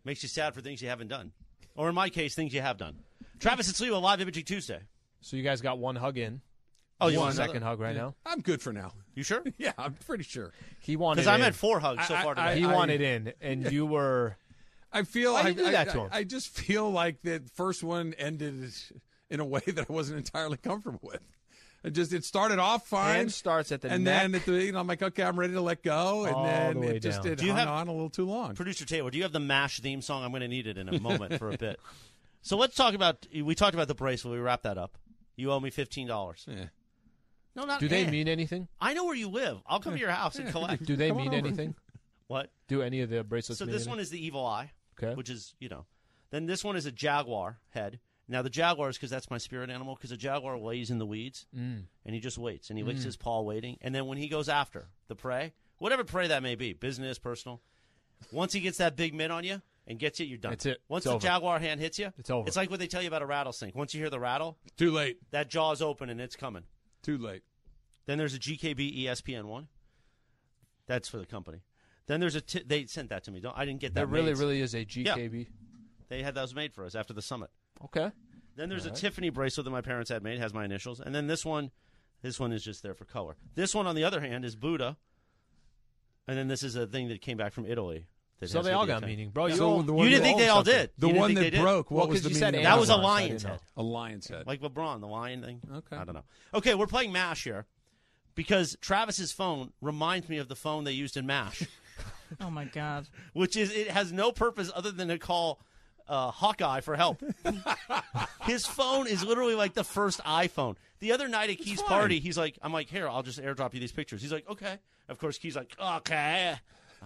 S1: Makes you sad for things you haven't done, or in my case, things you have done. Travis and Slee with Live Imaging Tuesday.
S5: So you guys got one hug in.
S1: Oh, you
S5: One
S1: want another?
S5: second hug right now?
S3: I'm good for now.
S1: You sure?
S3: yeah, I'm pretty sure.
S5: He wanted
S1: Because I'm
S5: in.
S1: at four hugs so far today.
S5: he wanted in, and you were.
S3: I feel
S5: Why
S3: I,
S5: you do
S3: I-
S5: that to
S3: I-
S5: him?
S3: I just feel like that first one ended in a way that I wasn't entirely comfortable with. It just it started off fine.
S5: Hand starts at the
S3: and then
S5: neck.
S3: at the you know I'm like okay I'm ready to let go and
S5: All
S3: then
S5: the way
S3: it just
S5: down.
S3: it
S1: Do you
S3: hung
S1: have-
S3: on a little too long.
S1: Producer Taylor, do you have the MASH theme song? I'm going to need it in a moment for a bit. So let's talk about. We talked about the bracelet. We wrap that up. You owe me fifteen dollars. No, not.
S5: Do they
S1: eh.
S5: mean anything?
S1: I know where you live. I'll come to your house and collect.
S5: Do they mean anything?
S1: What?
S5: Do any of the bracelets
S1: So
S5: mean
S1: this one is the evil eye,
S5: Okay.
S1: which is you know. Then this one is a jaguar head. Now the jaguar is because that's my spirit animal because a jaguar lays in the weeds
S5: Mm.
S1: and he just waits and he licks
S5: Mm.
S1: his paw waiting and then when he goes after the prey, whatever prey that may be, business, personal, once he gets that big mid on you and gets it, you're done.
S5: That's it.
S1: Once
S5: It's
S1: the
S5: over.
S1: jaguar hand hits you,
S5: It's over.
S1: It's like what they tell you about a rattlesnake. Once you hear the rattle,
S3: too late.
S1: That jaw's open and it's coming.
S3: Too late.
S1: Then there's a GKB ESPN one. That's for the company. Then there's a t- they sent that to me. Don't I didn't get that.
S5: There really,
S1: made.
S5: really is a
S1: Yeah.
S5: GKB.
S1: They had those made for us after the summit.
S5: Okay.
S1: Then there's
S5: All
S1: a
S5: right.
S1: Tiffany bracelet that my parents had made, has my initials. And then this one, this one is just there for color. This one, on the other hand, is Buddha. And then this is a thing that came back from Italy. that
S5: So
S1: has
S5: they
S1: to
S5: all
S1: be a
S5: got
S1: thing.
S5: meaning, bro.
S1: Yeah.
S5: You
S1: You,
S5: own- you
S1: didn't think
S5: own
S1: they all
S5: something.
S1: did.
S3: The
S1: You didn't
S3: one
S1: think
S3: that
S1: they did.
S3: broke, what Well, was 'cause the you said meaning of
S1: That was a
S3: Amazon, so I
S1: lion's
S3: didn't
S1: head.
S3: know. A lion's head.
S1: Like LeBron, the lion thing.
S3: Okay.
S1: I don't know. Okay, we're playing MASH here because Travis's phone reminds me of the phone they used in MASH.
S9: Oh my god.
S1: which is it has no purpose other than to call uh, Hawkeye for help. His phone is literally like the first iPhone. The other night at Key's party, he's like, "I'm like, here, I'll just airdrop you these pictures." He's like, "Okay." Of course, Key's like, "Okay."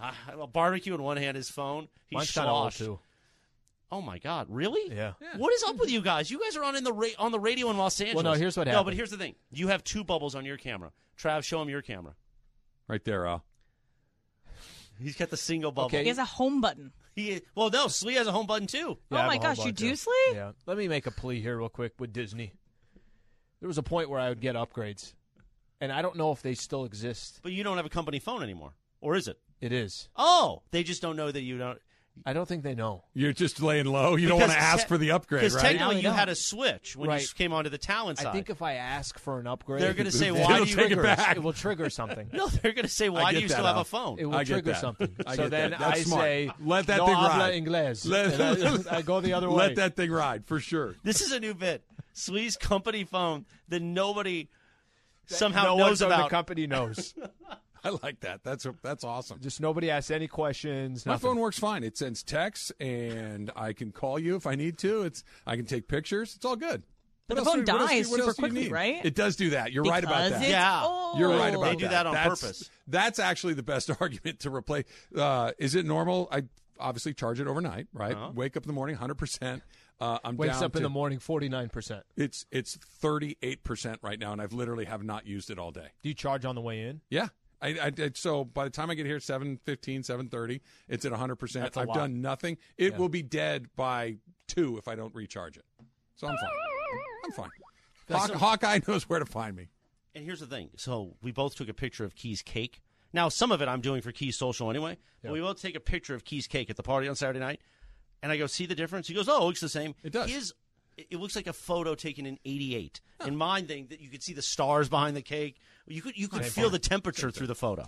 S1: Uh, a barbecue in one hand, his phone. He's
S5: Mine's kinda old,
S1: sloshed.
S5: too.
S1: Oh my God! Really?
S5: Yeah.
S1: What is up with you guys? You guys are on in the ra- on the radio in Los Angeles.
S5: no, here's what
S1: No, but
S5: happened.
S1: here's the thing: you have two bubbles on your camera. Trav, show him your camera.
S3: Right there, Al.
S1: He's got the single bubble.
S9: He has a home button.
S1: He well, no, Slee has a home button too.
S5: Yeah, I
S9: oh my
S5: have a whole
S9: gosh, you
S5: bunch,
S9: do
S5: yeah.
S9: sleep?
S5: Yeah. Let me make a plea here real quick with Disney. There was a point where I would get upgrades, and I don't know if they still exist.
S1: But you don't have a company phone anymore, or is it?
S5: It is.
S1: Oh, they just don't know that you don't.
S5: I don't think they know.
S3: You're just laying low. You don't
S1: Because
S3: want to ask
S1: te-
S3: for the upgrade,
S1: Because
S3: right?
S1: technically,
S5: Now they
S1: you had
S5: don't.
S1: a switch when you
S5: Right.
S1: came onto the talent side.
S5: I think if I ask for an upgrade,
S1: They're gonna say,
S5: it
S1: "Why do you-
S5: triggers-
S1: Take it back."
S5: will trigger something.
S1: no, they're going to say, "Why do you still have a phone?"
S5: It will trigger something. so then I say,
S3: let that
S5: no
S3: thing
S5: habla
S3: ride.
S5: Inglés.
S3: Let-
S5: And I, I go the other way.
S3: Let that thing ride for sure.
S1: This is a new bit. Slee's company phone that nobody somehow
S5: no
S1: knows
S5: one
S1: about.
S5: The company knows.
S3: I like that. That's that's awesome.
S5: Just nobody asks any questions.
S3: My
S5: nothing.
S3: phone works fine. It sends texts, and I can call you if I need to. It's I can take pictures. It's all good.
S9: But
S3: What
S9: the
S3: else
S9: phone
S3: do- what else do-
S9: dies
S3: what
S9: super
S3: else do you
S9: quickly,
S3: need?
S9: right?
S3: It does do that. You're right about
S9: Because
S3: that.
S9: it's Yeah. old.
S3: you're right about
S1: They do that on
S3: That's-
S1: purpose.
S3: That's actually the best argument to replace. Uh, is it normal? I obviously charge it overnight, right?
S1: Uh-huh.
S3: Wake up in the morning, hundred percent. Uh, I'm
S5: Wakes
S3: down
S5: up in
S3: to-
S5: the morning, forty nine percent.
S3: It's it's thirty eight percent right now, and I've literally have not used it all day.
S5: Do you charge on the way in?
S3: Yeah. I, I did- so by the time I get here, 7.15, 7.30, it's at 100%.
S5: That's a
S3: I've
S5: lot.
S3: done nothing. It
S5: Yeah.
S3: will be dead by 2 if I don't recharge it. So I'm fine. I'm fine.
S1: That's
S3: Hawk,
S1: a-
S3: Hawkeye knows where to find me.
S1: And here's the thing. So we both took a picture of Key's cake. Now, some of it I'm doing for Key's social anyway. But
S3: Yeah.
S1: we both take a picture of Key's cake at the party on Saturday night. And I go, see the difference? He goes, oh, it looks the same. It does. His, it it looks like a photo taken in 88. And mine thing, that you could see the stars behind the cake. You could, you could
S9: Same
S1: feel
S9: thing.
S1: the temperature through the photo.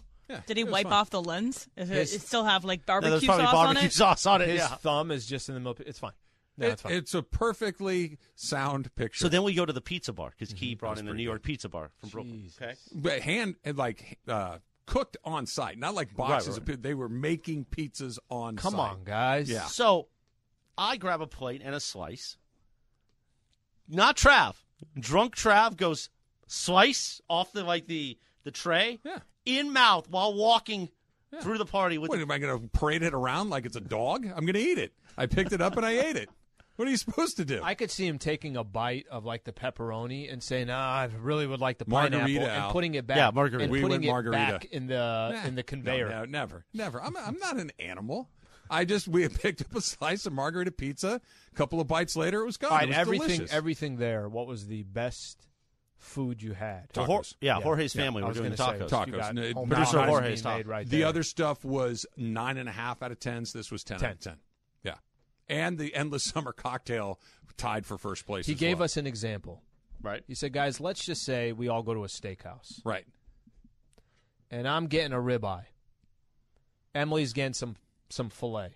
S9: Did he
S1: it was
S9: wipe
S1: fine.
S9: off the lens? Does it-
S1: His-
S9: it still have like
S1: there's
S9: barbecue
S1: probably
S9: sauce on
S1: barbecue
S9: it?
S1: sauce on it,
S5: His
S1: yeah.
S5: thumb is just in the middle. It's fine. No,
S3: It-
S5: it's fine.
S3: it's a perfectly sound picture.
S1: So then we go to the pizza bar because Key brought
S3: was
S1: in the New
S3: pretty
S1: York pizza bar from Brooklyn. Okay.
S3: But hand, and like, uh, cooked on site. Not like boxes
S1: right,
S3: of pi- They were making pizzas on
S5: Come
S3: site.
S5: on, guys.
S3: Yeah.
S1: So I grab a plate and a slice. not Trav. Drunk Trav goes slice off the like the the tray in mouth while walking through the party with
S3: What am I going to parade it around like it's a dog? I'm going to eat it. I picked it up and I ate it. What are you supposed to do?
S5: I could see him taking a bite of like the pepperoni and saying, "Ah, I really would like the
S3: Margarita,
S5: pineapple,"
S3: Al.
S5: and putting it back.
S3: Yeah, margarita.
S5: And
S3: We
S5: putting
S3: went
S5: it
S3: margarita.
S5: back in
S1: Uh,
S5: the
S3: Nah.
S5: in the
S3: No,
S5: conveyor.
S3: no, never, never. I'm I'm not an animal. I just we had picked up a slice of margarita pizza. A couple of bites later, it was gone.
S5: All right,
S3: it was
S5: everything,
S3: delicious.
S5: everything there. What was the best food you had?
S3: Tacos. Jorge- yeah,
S1: Jorge's
S3: family
S5: I
S1: were
S5: was
S1: doing
S5: gonna say,
S3: tacos.
S5: you got
S3: No,
S5: home
S3: not-
S5: tacos
S3: not-
S5: being
S3: Jorge's
S5: made
S3: tacos.
S5: right
S3: the
S5: there.
S3: other stuff was nine and a half out of tens. this was ten, out of ten. Yeah, and the endless summer cocktail tied for first place.
S5: He
S3: as
S5: gave
S3: well.
S5: us an example.
S3: Right.
S5: He said, guys, let's just say we all go to a steakhouse.
S3: Right.
S5: And I'm getting a ribeye. Emily's getting some some filet.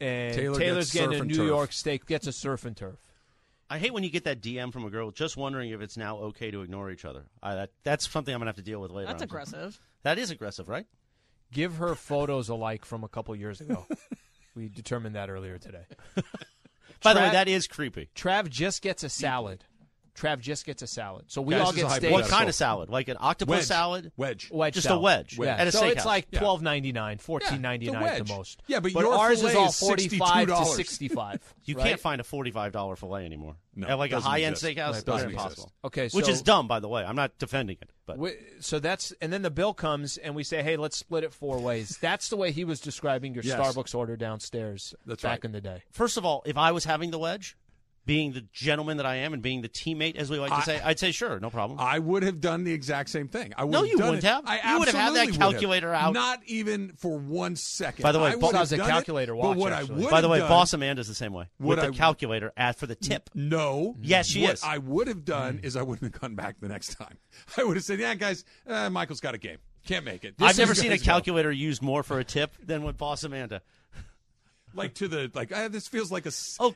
S5: And
S1: Taylor
S5: Taylor's
S1: gets
S5: getting
S1: surf
S5: a
S1: and
S5: New
S1: turf.
S5: York steak, gets a surf and turf.
S1: I hate when you get that DM from a girl just wondering if it's now okay to ignore each other. I, that, that's something I'm gonna have to deal with later.
S9: That's
S1: on.
S9: aggressive.
S1: That is aggressive, right?
S5: Give her photos alike from a couple years ago. we determined that earlier today.
S1: By the
S5: Trav-
S1: way, that is creepy.
S5: Trav just gets a salad. Trav just gets a salad. So we
S1: Guys,
S5: all
S1: this
S5: get
S1: is a
S5: steak.
S1: hypothetical. What kind of salad? Like an octopus Wedge. salad?
S3: Wedge.
S5: Wedge.
S1: Just a
S5: salad.
S1: wedge.
S5: Yeah.
S1: At a
S5: so it's
S1: steakhouse.
S5: like
S1: Yeah.
S5: twelve ninety nine, fourteen ninety nine
S3: wedge.
S5: at the most.
S3: Yeah, but your
S5: ours is
S3: filet
S5: all
S3: is
S5: forty five to
S3: $62.
S5: sixty five.
S1: You can't find a forty-five dollar fillet anymore.
S5: No,
S1: at like a
S5: doesn't
S1: high-end
S5: exist.
S1: steakhouse,
S5: Right,
S1: it's
S5: doesn't
S1: impossible.
S5: exist. Okay,
S1: which
S5: so-
S1: is dumb, by the way. I'm not defending it, but
S5: Wi- So that's and then the bill comes and we say, "Hey, let's split it four ways." That's the way he was describing your
S1: Yes.
S5: Starbucks order downstairs
S1: That's
S5: back
S1: right.
S5: in the day.
S1: first of all, if I was having the wedge, being the gentleman that I am and being the teammate, as we like to
S3: I-
S1: say, I'd say sure, no problem.
S3: I would have done the exact same thing. I would
S1: No,
S3: have
S1: you
S3: done
S1: wouldn't
S3: it.
S1: have.
S3: I
S1: You would have had
S3: absolutely
S1: that
S3: would have.
S1: calculator out.
S3: Not even for one second.
S1: By the way,
S3: I
S1: Bo-
S3: would have done it, But what I would
S1: By the
S3: have
S1: way,
S3: done,
S1: boss Amanda's the same way with
S3: Would
S1: the
S3: I-
S1: calculator at for the tip.
S3: No.
S1: Yes, she
S3: what
S1: is. Mm.
S3: I would have done is I wouldn't have gone back the next time. I would have said, "Yeah, guys, uh, Michael's got a game. Can't make it."
S1: I've never seen a
S3: calculator.
S1: calculator used more for a tip than with boss Amanda.
S3: like to the like ah, this feels like a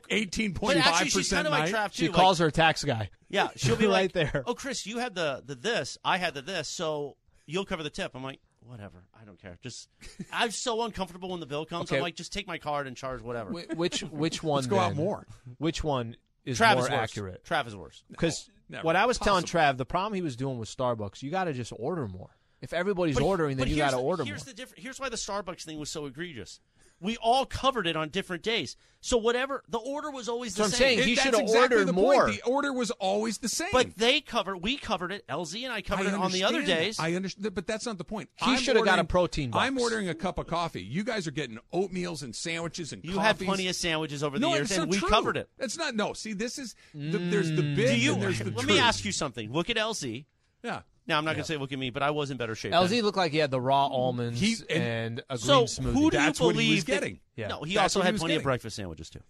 S3: eighteen point
S1: Oh, but
S3: five
S1: actually she's
S3: percent
S1: kinda like Trav,
S5: She
S1: too,
S5: calls
S1: like-
S5: her tax guy.
S1: Yeah, she'll be
S5: right
S1: like,
S5: there.
S1: "Oh, Chris, you had the the this, I had the this, so you'll cover the tip." I'm like, "Whatever, I don't care." Just I'm so uncomfortable when the bill comes.
S5: Okay.
S1: I'm like, "Just take my card and charge whatever."
S5: Wh- Which which one? then- Which one is
S1: Trav
S5: more
S1: is worse.
S5: accurate?
S1: Trav is worse.
S5: Because
S1: No, never.
S5: what I was telling Trav, the problem he was doing with Starbucks, you got to just order more. If everybody's
S1: But-
S5: ordering, then
S1: but
S5: you got
S1: here's
S5: to
S1: the-
S5: order more.
S1: here's The diff- here's why the Starbucks thing was so egregious. We all covered it on different days, so whatever the order was always
S5: So
S1: the
S5: I'm
S1: same.
S5: saying he
S3: That's
S5: should have
S3: exactly
S5: ordered
S3: the
S5: more.
S3: Point. The order was always the same.
S1: But they cover, we covered it. LZ and I covered
S3: I
S1: it on the other
S3: understand that.
S1: days.
S3: I understand, but that's not the point.
S5: He
S3: I'm
S5: should have got a
S3: ordering-
S5: protein box.
S3: I'm ordering a cup of coffee. You guys are getting oatmeals and sandwiches and
S1: You had
S3: coffees.
S1: plenty of sandwiches over the
S3: no,
S1: years,
S3: it's not
S1: and we
S3: true.
S1: covered it. Mm.
S3: That's not no. See, this is the, there's the big.
S1: Do you?
S3: And there's the
S1: let
S3: truth.
S1: me ask you something. Look at LZ.
S3: Yeah.
S1: Now I'm not going to say look at me, but I was in better shape. than-
S5: LZ looked like he had the raw almonds
S1: He-
S5: and,
S1: and-
S5: a green
S1: so
S5: smoothie.
S1: who do you believe that-
S5: yeah.
S1: No, he
S5: That's
S1: also
S5: what
S1: had
S5: was
S1: plenty of
S5: getting.
S1: breakfast sandwiches too.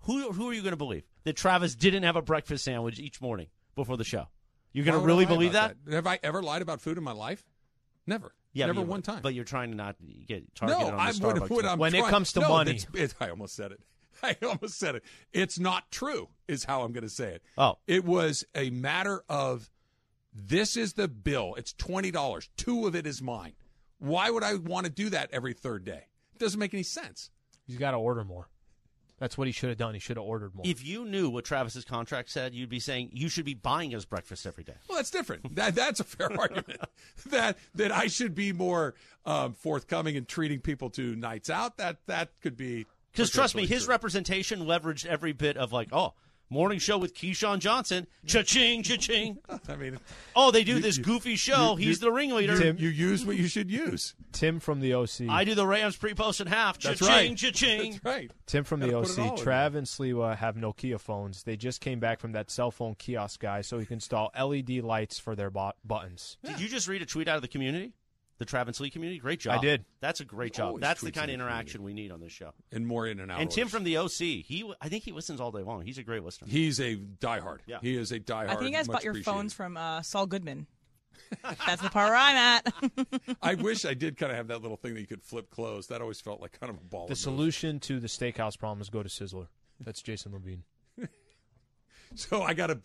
S1: Who who are you going to believe that Travis didn't have a breakfast sandwich each morning before the show? You're going
S3: Why
S1: to
S3: would Oh, I
S1: really
S3: lie
S1: believe
S3: about
S1: that?
S3: Have I ever lied about food in my life? Never.
S1: Yeah, but
S3: Never
S1: you-
S3: one time.
S1: But you're trying to not get targeted
S3: No,
S1: on the
S3: I
S1: Starbucks
S3: would. What
S1: thing.
S3: I'm trying- no, that's- It, I almost said it. I almost said it. It's not true. Is how I'm going to say it.
S1: Oh,
S3: it was a matter of this is the bill. It's twenty dollars. Two of it is mine. Why would I want to do that every third day? It doesn't make any sense.
S5: He's got to order more. That's what he should have done. He should have ordered more.
S1: if you knew what Travis's contract said, you'd be saying you should be buying us breakfast every day.
S3: Well, that's different. That that's a fair argument. That that I should be more um, forthcoming and treating people to nights out. That that could be
S1: Because trust me,
S3: potentially
S1: his representation leveraged every bit of like, oh, morning show with Keyshawn Johnson, cha-ching, cha-ching.
S3: I mean,
S1: oh, they do
S3: you-
S1: this
S3: you-
S1: goofy show.
S3: you-
S1: He's
S3: you-
S1: the ringleader.
S3: Tim, you use what you should use.
S5: Tim from the OC.
S1: I do the Rams pre-post and half.
S3: That's
S1: Cha-ching,
S3: right.
S1: cha-ching.
S3: That's right.
S5: Tim from the
S3: Gotta put it all
S5: OC.
S3: in
S5: Trav and Sliwa have Nokia phones. They just came back from that cell phone kiosk guy, so he can install LED lights for their bot- buttons.
S1: Did you just read a tweet out of the community? The Travis Lee community? Great job.
S5: I did.
S1: That's a great
S3: There's
S1: job.
S3: always
S1: That's the
S3: tweets
S1: kind of
S3: in the
S1: interaction we need on this show.
S3: and more in and out.
S1: And Tim
S3: orders.
S1: from the OC, he w- I think he listens all day long. He's a great listener.
S3: he's a diehard.
S1: Yeah.
S3: He is a diehard.
S9: I think you guys
S3: much
S9: bought your
S3: appreciated.
S9: phones from uh, Saul Goodman. That's the part where I'm at.
S3: I wish I did kind of have that little thing that you could flip closed. That always felt like kind of a ball.
S5: The
S3: of
S5: solution to the steakhouse problem is go to Sizzler. That's Jason Levine.
S3: So I got a,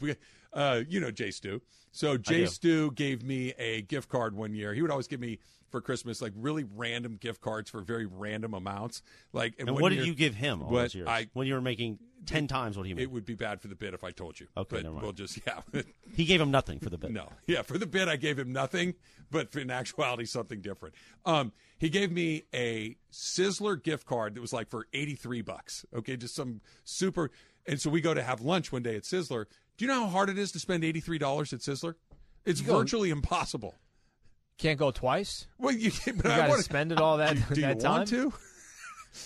S3: uh, you know, Jay Stu. So Jay
S12: do.
S3: Stu gave me a gift card one year. He would always give me for Christmas like really random gift cards for very random amounts. Like,
S1: And
S3: one
S1: what did
S3: year-
S1: you give him all
S3: what
S1: those years?
S3: I-
S1: when you were making ten times what he made?
S3: it would be bad for the bid if I told you.
S1: Okay,
S3: but
S1: never mind.
S3: we'll just yeah.
S1: he gave him nothing for the bit.
S3: No, yeah, for the bid I gave him nothing, but in actuality something different. Um, he gave me a Sizzler gift card that was like for eighty three bucks. Okay, just some super. And so we go to have lunch one day at Sizzler. Do you know how hard it is to spend eighty three dollars at Sizzler? It's
S5: You go-
S3: virtually impossible.
S5: Can't go twice.
S3: Well, you, can't- but
S5: you
S3: I
S5: gotta
S3: wanna-
S5: spend it all that
S3: Do you
S5: that time.
S3: want to?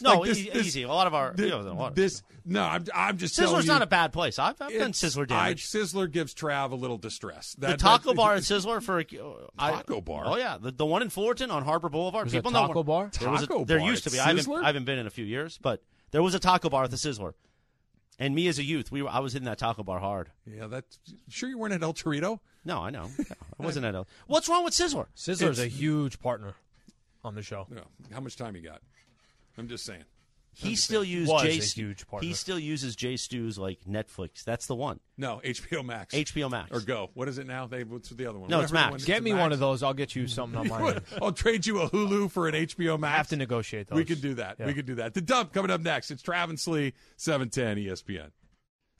S1: No, e- easy. A lot of our-
S3: thi-
S1: yeah, a lot of-
S3: this. No, I'm. I'm just.
S1: Sizzler's
S3: telling you,
S1: not a bad place. I've, I've done
S3: it's-
S1: Sizzler
S3: I-
S1: damage.
S3: Sizzler gives Trav a little distress.
S1: the
S3: That-
S1: taco
S3: that-
S1: bar at Sizzler for a,
S3: Taco bar?
S1: Oh yeah, the, the one in Fullerton on Harbor Boulevard.
S5: There's a
S1: People
S5: taco
S1: know
S5: bar?
S1: There, was a-
S5: Taco
S1: there
S5: bar
S1: used to
S5: at
S1: be. I haven't,
S5: Sizzler?
S1: I haven't been in a few years, but there was a taco bar at the Sizzler. And me as a youth, we were, I was hitting that taco bar hard.
S3: Yeah, that's sure you weren't at El Torito.
S1: No, I know. I wasn't at El. What's wrong with Sizzler?
S5: Sizzler's a huge partner on the show.
S3: No, how much time you got? I'm just saying.
S1: He still used
S5: Was
S1: Jay
S5: a
S1: Stu-
S5: huge partner.
S1: He still uses Jay Stu's like Netflix. That's the one.
S3: No, HBO Max.
S1: HBO Max.
S3: Or Go. What is it now? They what's the other one?
S1: No, it's
S3: Whatever the
S1: Max.
S3: one-
S5: Get
S3: a
S5: me
S3: Max.
S5: one of those. I'll get you something on mine.
S3: I'll trade you a Hulu for an HBO Max.
S5: have to negotiate those.
S3: We could do that.
S5: Yeah.
S3: We could do that. The dump coming up next. It's Travis Lee, E 710 ESPN.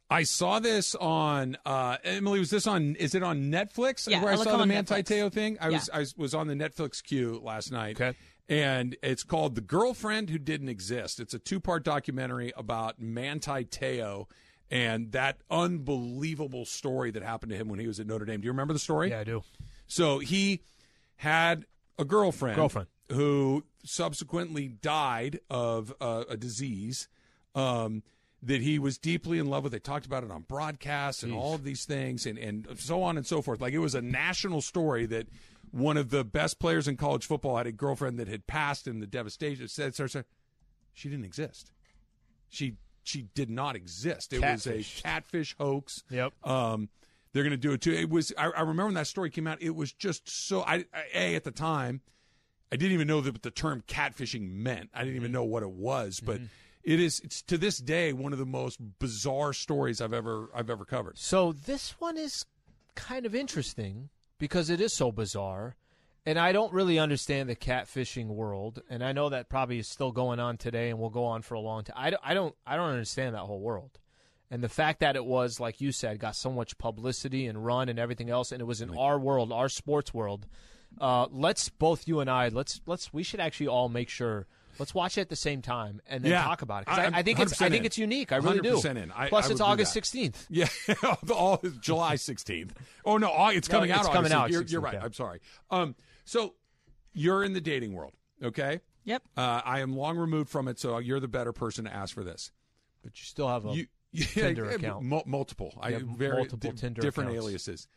S3: I saw this on uh, Emily. Was this on? Is it on Netflix?
S12: Yeah,
S3: where I
S12: I'll look
S3: saw the
S12: on
S3: Manti
S12: Netflix.
S3: Te'o thing. I
S12: Yeah.
S3: was I was- was on the Netflix queue last night. And it's called The Girlfriend Who Didn't Exist. It's a two part documentary about Manti Te'o and that unbelievable story that happened to him when he was at Notre Dame. Do you remember the story?
S5: Yeah, I do.
S3: So he had a girlfriend,
S5: Girlfriend.
S3: who subsequently died of uh, a disease um, that he was deeply in love with. They talked about it on broadcasts and all of these things, and and so on and so forth. Like it was a national story that one of the best players in college football had a girlfriend that had passed, and the devastation. Said, said, said, she didn't exist. She she did not exist. It was a
S5: Catfish.
S3: catfish hoax.
S5: Yep.
S3: Um, they're going to do it too. It was. I, I remember when that story came out. It was just so. I, I a at the time, I didn't even know that the term catfishing meant. I
S5: Mm-hmm.
S3: didn't even know what it was, but it is. It's to this day one of the most bizarre stories I've ever I've ever covered.
S5: So this one is kind of interesting because it is so bizarre. And I don't really understand the catfishing world, and I know that probably is still going on today, and will go on for a long time. I don't, I don't, I don't understand that whole world, and the fact that it was, like you said, got so much publicity and run and everything else, and it was in our world, our sports world. Uh, let's both you and I, let's let's we should actually all make sure let's watch it at the same time and then
S3: Yeah.
S5: talk about it. 'Cause I,
S3: I'm
S5: I think it's I
S3: 100%
S5: think
S3: in.
S5: it's unique. I really do.
S3: 100% in. I-
S5: Plus,
S3: I would
S5: it's
S3: do
S5: August
S3: that.
S5: sixteenth.
S3: Yeah, all July sixteenth. Oh no, Au- it's
S5: No,
S3: coming out.
S5: it's coming
S3: August 16th.
S5: out
S3: You're, you're
S5: 16th,
S3: right.
S5: yeah.
S3: I'm sorry. Um, so you're in the dating world, okay?
S9: Yep.
S3: Uh, I am long removed from it, so you're the better person to ask for this.
S5: But you still have a
S3: You-
S5: Tinder
S3: yeah,
S5: account.
S3: mul- multiple. I
S5: You
S3: have
S5: have
S3: very
S5: multiple
S3: di-
S5: Tinder
S3: different
S5: accounts.
S3: aliases.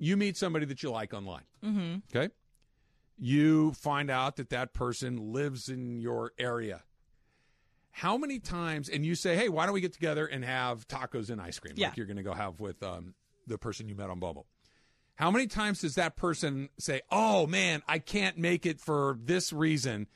S3: You meet somebody that you like online.
S9: Mm-hmm.
S3: Okay. You find out that that person lives in your area. How many times, and you say, hey, why don't we get together and have tacos and ice cream?
S9: Yeah.
S3: Like you're going to go have with um, the person you met on Bumble. How many times does that person say, oh man, I can't make it for this reason?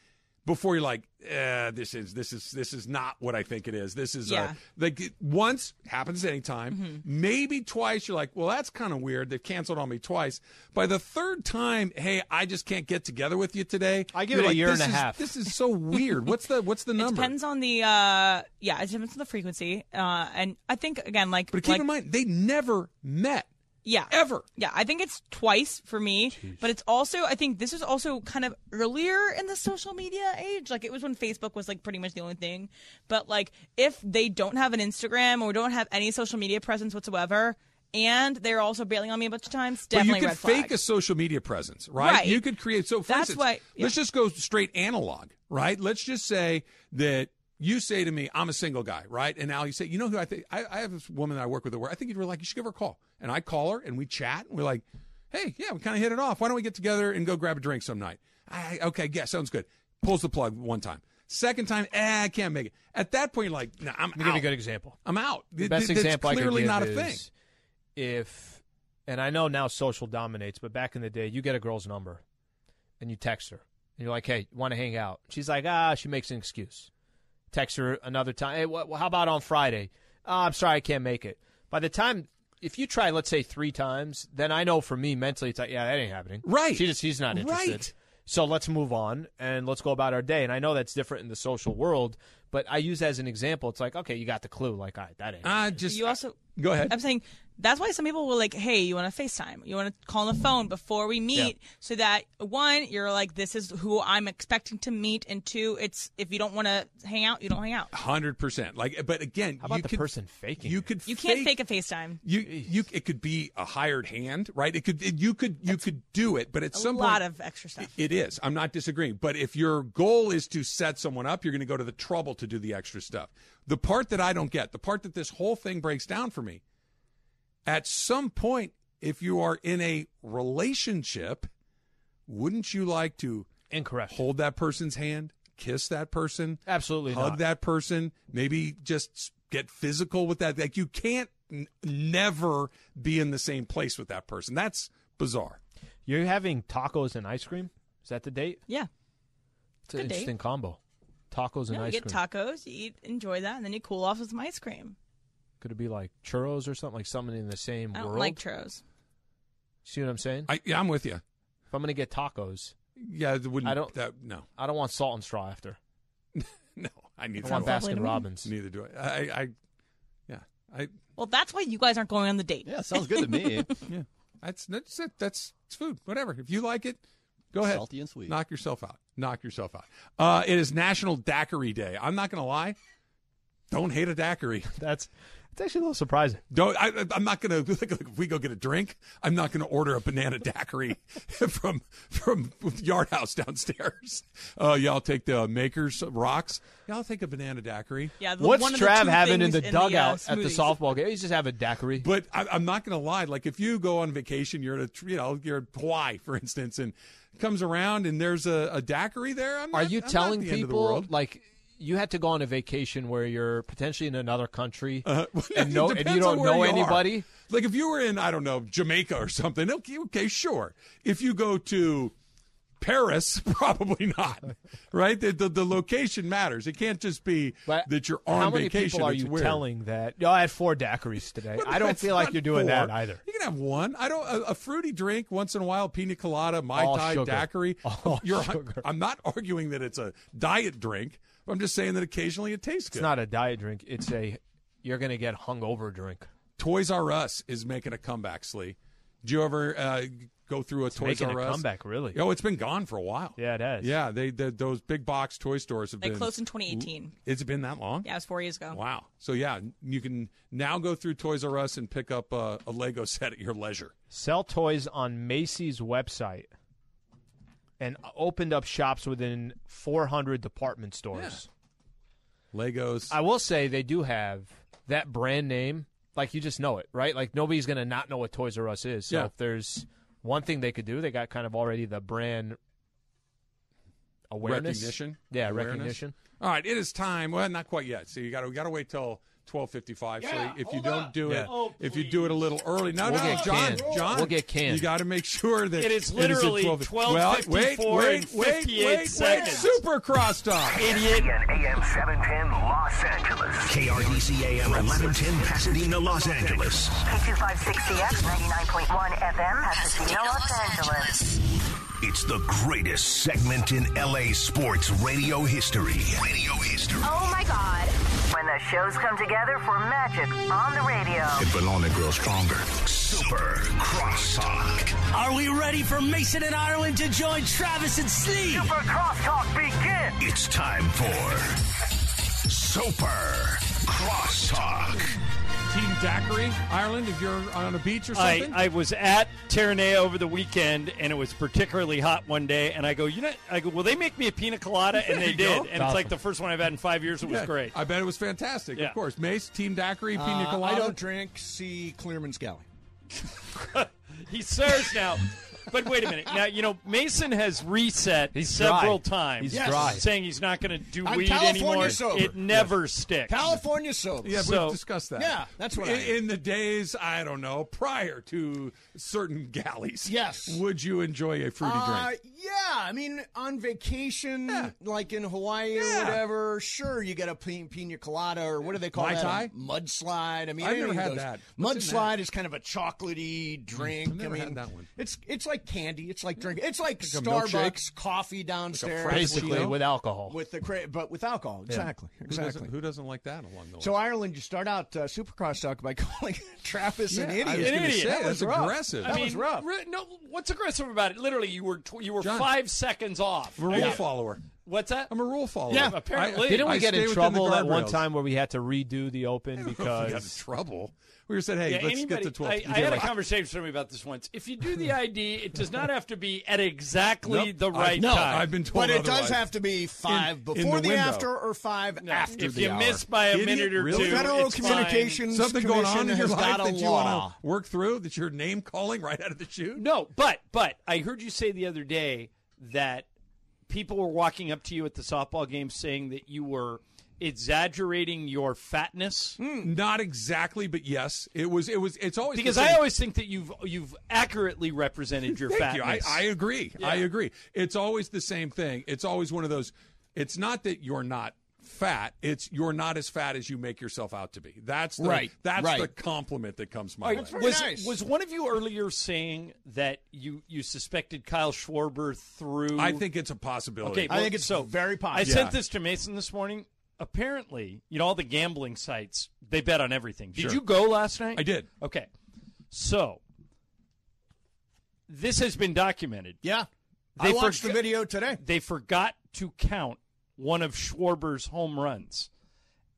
S3: Before you're like, eh, this is this is this is not what I think it is. This is
S12: Yeah.
S3: uh, like it- once happens anytime.
S9: Mm-hmm.
S3: Maybe twice you're like, well, that's kind of weird. They've canceled on me twice. By the third time, hey, I just can't get together with you today. I
S5: give it a year and a half.
S3: This is so weird. What's the what's the number?
S9: Depends on the uh, yeah, it depends on the frequency. Uh, and I think again, like,
S3: But keep
S9: like-
S3: in mind, they never met.
S9: Yeah.
S3: Ever.
S9: Yeah, I think it's twice for me, but it's also I think this was also kind of earlier in the social media age. Like it was when Facebook was like pretty much the only thing. But like if they don't have an Instagram or don't have any social media presence whatsoever, and they're also bailing on me a bunch of times, definitely
S3: but you could
S9: red flag.
S3: fake a social media presence, right?
S9: Right.
S3: You could create. So for
S9: That's
S3: instance,
S9: why- yeah.
S3: let's just go straight analog, right? Let's just say that you say to me, "I'm a single guy," right? And now you say, "You know who I think? I, I have this woman that I work with at work. I think you'd really like. You should give her a call." And I call her, and we chat, and we're like, "Hey, yeah, we kind of hit it off. Why don't we get together and go grab a drink some night?" I, okay, yeah, sounds good. Pulls the plug one time. Second time, eh, I can't make it. At that point, you're like, nah, I'm
S5: Let me give you a
S3: out.
S5: good example.
S3: I'm out.
S5: The
S3: Th-
S5: best
S3: th- that's
S5: example I could
S3: clearly
S5: give
S3: not a
S5: is
S3: thing.
S5: If and I know now social dominates, but back in the day, you get a girl's number and you text her and you're like, "Hey, want to hang out?" She's like, "Ah," she makes an excuse. Text her another time. Hey, wh- wh- how about on Friday? Ah, I'm sorry, I can't make it. By the time, if you try, let's say three times, then I know for me mentally, it's like, yeah, that ain't happening.
S3: Right.
S5: She just, she's not interested.
S3: Right.
S5: So let's move on and let's go about our day. And I know that's different in the social world, but I use that as an example. It's like, okay, you got the clue. Like, all right, that ain't.
S3: I just
S9: you also
S3: go ahead.
S9: I'm saying that's why some people will like, hey, you want to FaceTime, you want to call on the phone before we meet, so that one, you're like, this is who I'm expecting to meet, and two, it's if you don't want to hang out, you don't hang out.
S3: Hundred percent. Like, but again, how about you the could,
S5: person faking?
S3: You could.
S9: You can't fake, a FaceTime.
S3: You, you. It could be a hired hand, right? It could. It, you could. You could do it, but at
S9: A
S3: some
S9: lot
S3: point,
S9: of extra stuff.
S3: It is. I'm not disagreeing. But if your goal is to set someone up, you're going to go to the trouble to do the extra stuff. The part that I don't get, the part that this whole thing breaks down for me, at some point, if you are in a relationship, wouldn't you like to
S5: incorrect
S3: hold that person's hand, kiss that person,
S5: absolutely
S3: hug
S5: not.
S3: that person, maybe just get physical with that? Like you can't n- never be in the same place with that person. That's bizarre.
S5: You're having tacos and ice cream? Is that the date?
S9: Yeah.
S5: It's an
S9: Good date.
S5: interesting combo. Tacos and
S9: No, you
S5: ice
S9: get
S5: cream.
S9: tacos, you eat, enjoy that, and then you cool off with some ice cream.
S5: Could it be like churros or something? Like something in the same
S9: I don't
S5: world?
S9: like churros.
S5: See what I'm saying?
S3: I, yeah, I'm with you.
S5: If I'm going to get tacos,
S3: yeah, it wouldn't.
S5: I don't.
S3: That, no,
S5: I don't want salt and straw after.
S3: no, I need.
S5: I want
S3: that.
S5: Baskin Robbins.
S3: Neither do I. I, I yeah, I.
S9: Well, that's why you guys aren't going on the date.
S4: Yeah, sounds good to me.
S3: yeah, that's that's it. That's it's food. Whatever. If you like it, go ahead.
S4: Salty and sweet.
S3: Knock yourself out. Knock yourself out. Uh, it is National Daiquiri Day. I'm not going to lie. Don't hate a daiquiri.
S5: That's it's actually a little surprising.
S3: Don't. I, I- I'm not going to. if we go get a drink, I'm not going to order a banana daiquiri from from Yard House downstairs. Uh, y'all take the Maker's rocks. Y'all take a banana daiquiri.
S9: Yeah,
S5: What's Trav having in the
S9: uh,
S5: dugout at the
S9: smoothies.
S5: softball game? He's just having a daiquiri.
S3: But I, I'm not going to lie. Like if you go on vacation, you're at a tr- you know you're at Hawaii, for instance, and comes around and there's a, a daiquiri there. I'm
S5: Are
S3: not-
S5: you
S3: I'm not
S5: telling
S3: the end of the
S5: people
S3: world.
S5: like you had to go on a vacation where you're potentially in another country and no,
S3: Uh, It
S5: and you
S3: depends on
S5: don't
S3: where
S5: know
S3: you are.
S5: anybody?
S3: Like if you were in I don't know Jamaica or something. Okay, okay, sure. If you go to Paris, probably not. Right? The, the, the location matters. It can't just be that you're on
S5: How many
S3: vacation.
S5: people are
S3: It's
S5: you
S3: weird.
S5: telling that? No, I had four daiquiris today. I don't
S3: That's
S5: feel like
S3: not
S5: you're doing
S3: four.
S5: that either.
S3: You can have one. I don't. A, a fruity drink once in a while, pina colada, mai
S5: All
S3: tai,
S5: sugar.
S3: daiquiri.
S5: All
S3: You're-
S5: sugar.
S3: I'm not arguing that it's a diet drink. I'm just saying that occasionally it tastes
S5: It's
S3: good.
S5: not a diet drink. It's a you're gonna get hungover drink.
S3: Toys R Us is making a comeback, Slee. Did you ever uh, go through a Toys
S5: making
S3: R
S5: a
S3: Us
S5: comeback, really.
S3: Oh, it's been gone for a while.
S5: Yeah, it has.
S3: Yeah, they, they those big box toy stores have
S9: They
S3: been
S9: closed in 2018.
S3: It's been that long.
S9: Yeah, it was four years ago.
S3: Wow. So yeah, you can now go through Toys R Us and pick up a, a Lego set at your leisure.
S5: Sell toys on Macy's website and opened up shops within 400 department stores.
S3: Legos.
S5: I will say they do have that brand name. Like you just know it, right? Like nobody's gonna not know what Toys R Us is. So
S3: Yeah.
S5: if there's one thing they could do, they got kind of already the brand awareness,
S3: recognition.
S5: Yeah,
S3: Awareness.
S5: recognition.
S3: All right, it is time. Well, not quite yet. So you got to got to wait till. 12:55. so if you don't do
S5: Yeah.
S3: it,
S13: Oh,
S3: if you do it a little early, no,
S5: We'll
S3: no,
S5: get
S3: John,
S5: canned.
S3: John,
S5: We'll get canned.
S3: You got to make sure that
S12: It is
S3: at
S12: literally
S3: 12:54. Well, wait,
S12: 12:54
S3: wait,
S12: and
S3: wait,
S12: 58
S3: wait, wait,
S12: seconds.
S3: super crosstalk,
S12: Idiot. AM 710 Los Angeles. KRDC AM 1110 Pasadena, Los Angeles.
S14: K256CX 99.1 FM, Pasadena, Los Angeles.
S12: It's the greatest segment in LA sports radio history. Radio history.
S14: Oh my God. When the shows come together for magic on the radio.
S12: It will only grow stronger. Super Crosstalk.
S13: Are we ready for Mason and Ireland to join Travis and Slee? Super Crosstalk begin!
S12: It's time for Super Crosstalk.
S3: Team Daiquiri, Ireland. If you're on a beach or
S13: I,
S3: something,
S13: I was at Terranea over the weekend, and it was particularly hot one day. And I go, you know, I go, will they make me a pina colada? And
S3: There
S13: they
S3: you
S13: did.
S3: go.
S13: And it's like the first one I've had in five years. It was
S3: Yeah,
S13: great.
S3: I bet it was fantastic.
S13: Yeah.
S3: Of course, Mace, Team Daiquiri, Pina
S15: Uh,
S3: Colada.
S15: I don't drink. See Clearman's Galley.
S13: He serves now. But wait a minute. Now you know Mason has reset several
S15: dry.
S13: times,
S15: He's Yes. dry.
S13: saying he's not going to do
S15: I'm
S13: weed
S15: California
S13: anymore.
S15: sober.
S13: It never sticks.
S15: California sober.
S3: Yeah,
S13: So-
S3: we've discussed that.
S15: Yeah, that's what I
S3: in,
S15: am.
S3: in the days I don't know prior to certain galleys. Yes, would you enjoy a fruity
S15: Uh,
S3: drink?
S15: Yeah, I mean, on vacation, like in Hawaii or
S3: Yeah.
S15: whatever, sure, you get a pi- pina colada or what do they call
S3: Mai
S15: that?
S3: tai?
S15: A Mudslide. I mean,
S3: I've
S15: any
S3: never
S15: of
S3: had
S15: those.
S3: that. What's in
S15: Mudslide is kind of a chocolatey drink.
S3: I've never
S15: I mean,
S3: had that one.
S15: It's it's like candy. It's like drinking. It's like,
S3: Like a
S15: Starbucks
S3: milkshake?
S15: coffee downstairs,
S5: Basically, with alcohol.
S15: with the cra- but with alcohol.
S3: Yeah.
S15: Exactly,
S3: Who doesn't-
S15: exactly.
S3: Who doesn't like that along the way?
S15: So Ireland, you start out uh, Supercross talk by calling Travis an
S3: Yeah,
S15: idiot.
S3: I was gonna say,
S15: that was
S3: that's
S15: rough.
S3: aggressive.
S15: That
S3: I
S15: was
S3: mean,
S15: rough.
S13: Re- no, what's aggressive about it? Literally, you were tw- you were
S3: John.
S13: five seconds off.
S3: I'm a rule
S13: Yeah.
S3: follower.
S13: What's that?
S3: I'm a rule follower.
S13: Yeah, apparently.
S5: Didn't we
S3: I
S5: get
S3: stay
S5: in
S3: within
S5: trouble
S3: the
S5: that one
S3: guardrails.
S5: time where we had to redo the open
S3: I
S15: uh,
S3: don't know if we got in
S5: because
S3: trouble? We were said, hey,
S13: Yeah,
S3: let's
S13: anybody-
S3: get to 12.
S13: I, I had a conversation with somebody about this once. If you do the ID, it does not have to be at exactly
S3: Nope.
S13: the
S3: I-
S13: right
S3: no,
S13: time.
S3: I've been told
S15: But it
S3: otherwise.
S15: does have to be five
S3: In- in
S15: before
S3: the
S15: the,
S3: window.
S15: after or five after
S13: if
S15: the
S13: you
S15: hour.
S13: miss by a minute or two,
S15: Federal
S13: it's
S15: Communications
S13: fine.
S3: Something going on
S15: Commission
S3: in your
S15: has
S3: life
S15: got a
S3: that you
S15: law.
S3: want to work through that you're name calling right out of the chute?
S13: No, but but I heard you say the other day that people were walking up to you at the softball game saying that you were exaggerating your fatness.
S3: Not exactly, but yes, it was. It was. It's always the
S13: because I
S3: same-
S13: always think that you've you've accurately represented your
S3: Thank you. I,
S13: fatness.
S3: I agree. I
S13: Yeah.
S3: agree. It's always the same thing. It's always one of those. It's not that you're not fat. It's you're not as fat as you make yourself out to be. That's the,
S13: Right.
S3: That's
S13: Right.
S3: the compliment that comes my
S13: All right,
S3: way.
S13: was was one of you earlier saying that you you suspected Kyle Schwarber through?
S3: I think it's a possibility.
S13: Okay, well, so I
S3: Yeah.
S13: sent this to Mason this morning. Apparently, you know all the gambling sites they bet on everything. Did
S3: Sure.
S13: you go last night?
S3: I did.
S13: Okay, so this has been documented.
S15: Yeah, I watched the video today.
S13: They forgot to count one of Schwarber's home runs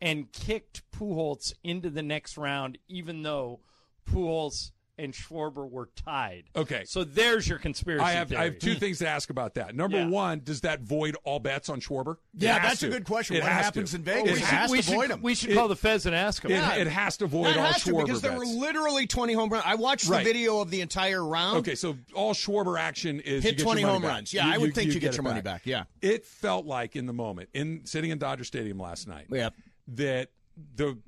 S13: and kicked Pujols into the next round, even though Pujols and Schwarber were tied.
S3: Okay.
S13: so there's your conspiracy.
S3: I have I have
S13: theory.
S3: two things to ask about that. Number
S13: Yeah.
S3: one, does that void all bets on Schwarber? It
S15: Yeah,
S3: has
S15: that's a
S3: to.
S15: good question.
S3: It
S15: What
S3: has
S15: happens
S3: to.
S15: in Vegas
S3: It
S15: has to
S3: we should-
S15: void 'em.
S13: We should call the Feds and ask them.
S3: It, it has to void
S15: That
S3: all
S15: has to,
S3: Schwarber
S15: because there were
S3: bets.
S15: literally 20 home runs. I watched
S3: Right.
S15: the video of the entire round.
S3: Okay, so all Schwarber action is
S15: Hit
S3: you get your
S15: 20
S3: money
S15: home
S3: back.
S15: runs. Yeah, I would think you get
S3: it
S15: your money back, yeah.
S3: it felt like in the moment, in sitting in Dodger Stadium last night,
S15: Yeah.
S3: that the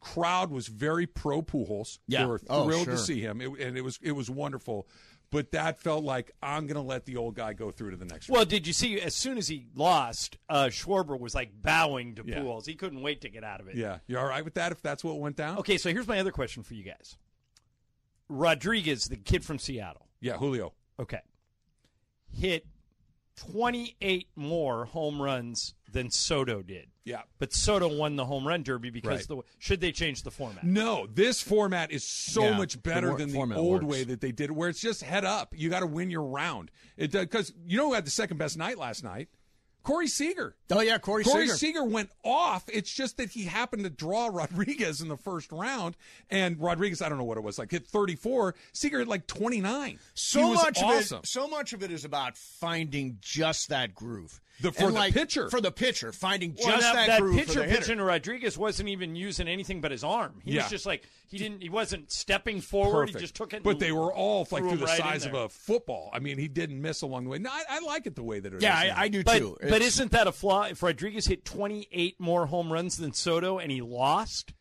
S3: crowd was very pro Pujols.
S15: Yeah.
S3: they were
S15: Oh,
S3: thrilled
S15: sure.
S3: to see him, It- and it was it was wonderful. But that felt like I'm going to let the old guy go through to the next.
S13: Well, did you see? As soon as he lost, uh, Schwarber was like bowing to
S3: Yeah.
S13: Pujols. He couldn't wait to get out of it.
S3: round. Yeah, you all right with that? If that's what went down?
S13: Okay, so here's my other question for you guys. Rodriguez, the kid from Seattle,
S3: Yeah, Julio.
S13: Okay. hit 28 more home runs than Soto did.
S3: Yeah.
S13: But Soto won the home run derby because
S3: Right.
S13: the should they change the format?
S3: No, this format is so
S13: Yeah,
S3: much
S13: the
S3: better
S13: wor-
S3: than the
S13: format
S3: old
S13: works.
S3: way that they did, it, where it's just head up. You got to win your round. It because you know who had the second best night last night? Corey Seager.
S15: Oh, yeah, Corey Seager.
S3: Seager went off. It's just that he happened to draw Rodriguez in the first round, and Rodriguez, I don't know what it was like, hit 34. Seager hit like 29.
S15: So
S3: He was
S15: much
S3: awesome.
S15: of it, so much of it is about finding just that groove.
S3: The- for
S15: And,
S3: the
S15: like,
S3: pitcher.
S15: for the pitcher, finding just
S13: Well,
S15: that, groove for
S13: pitcher
S15: the hitter.
S13: pitching to Rodriguez wasn't even using anything but his arm. He
S3: Yeah.
S13: was just like he didn't he wasn't stepping forward.
S3: Perfect.
S13: He just took it.
S3: But
S13: and
S3: they were all like through
S13: threw him
S3: the
S13: right in
S3: size of
S13: there.
S3: a football. I mean, he didn't miss along the way. No, I, I like it the way that it is.
S13: Yeah,
S3: now.
S13: I, I do too. But isn't that a flaw? If Rodriguez hit 28 more home runs than Soto and he lost,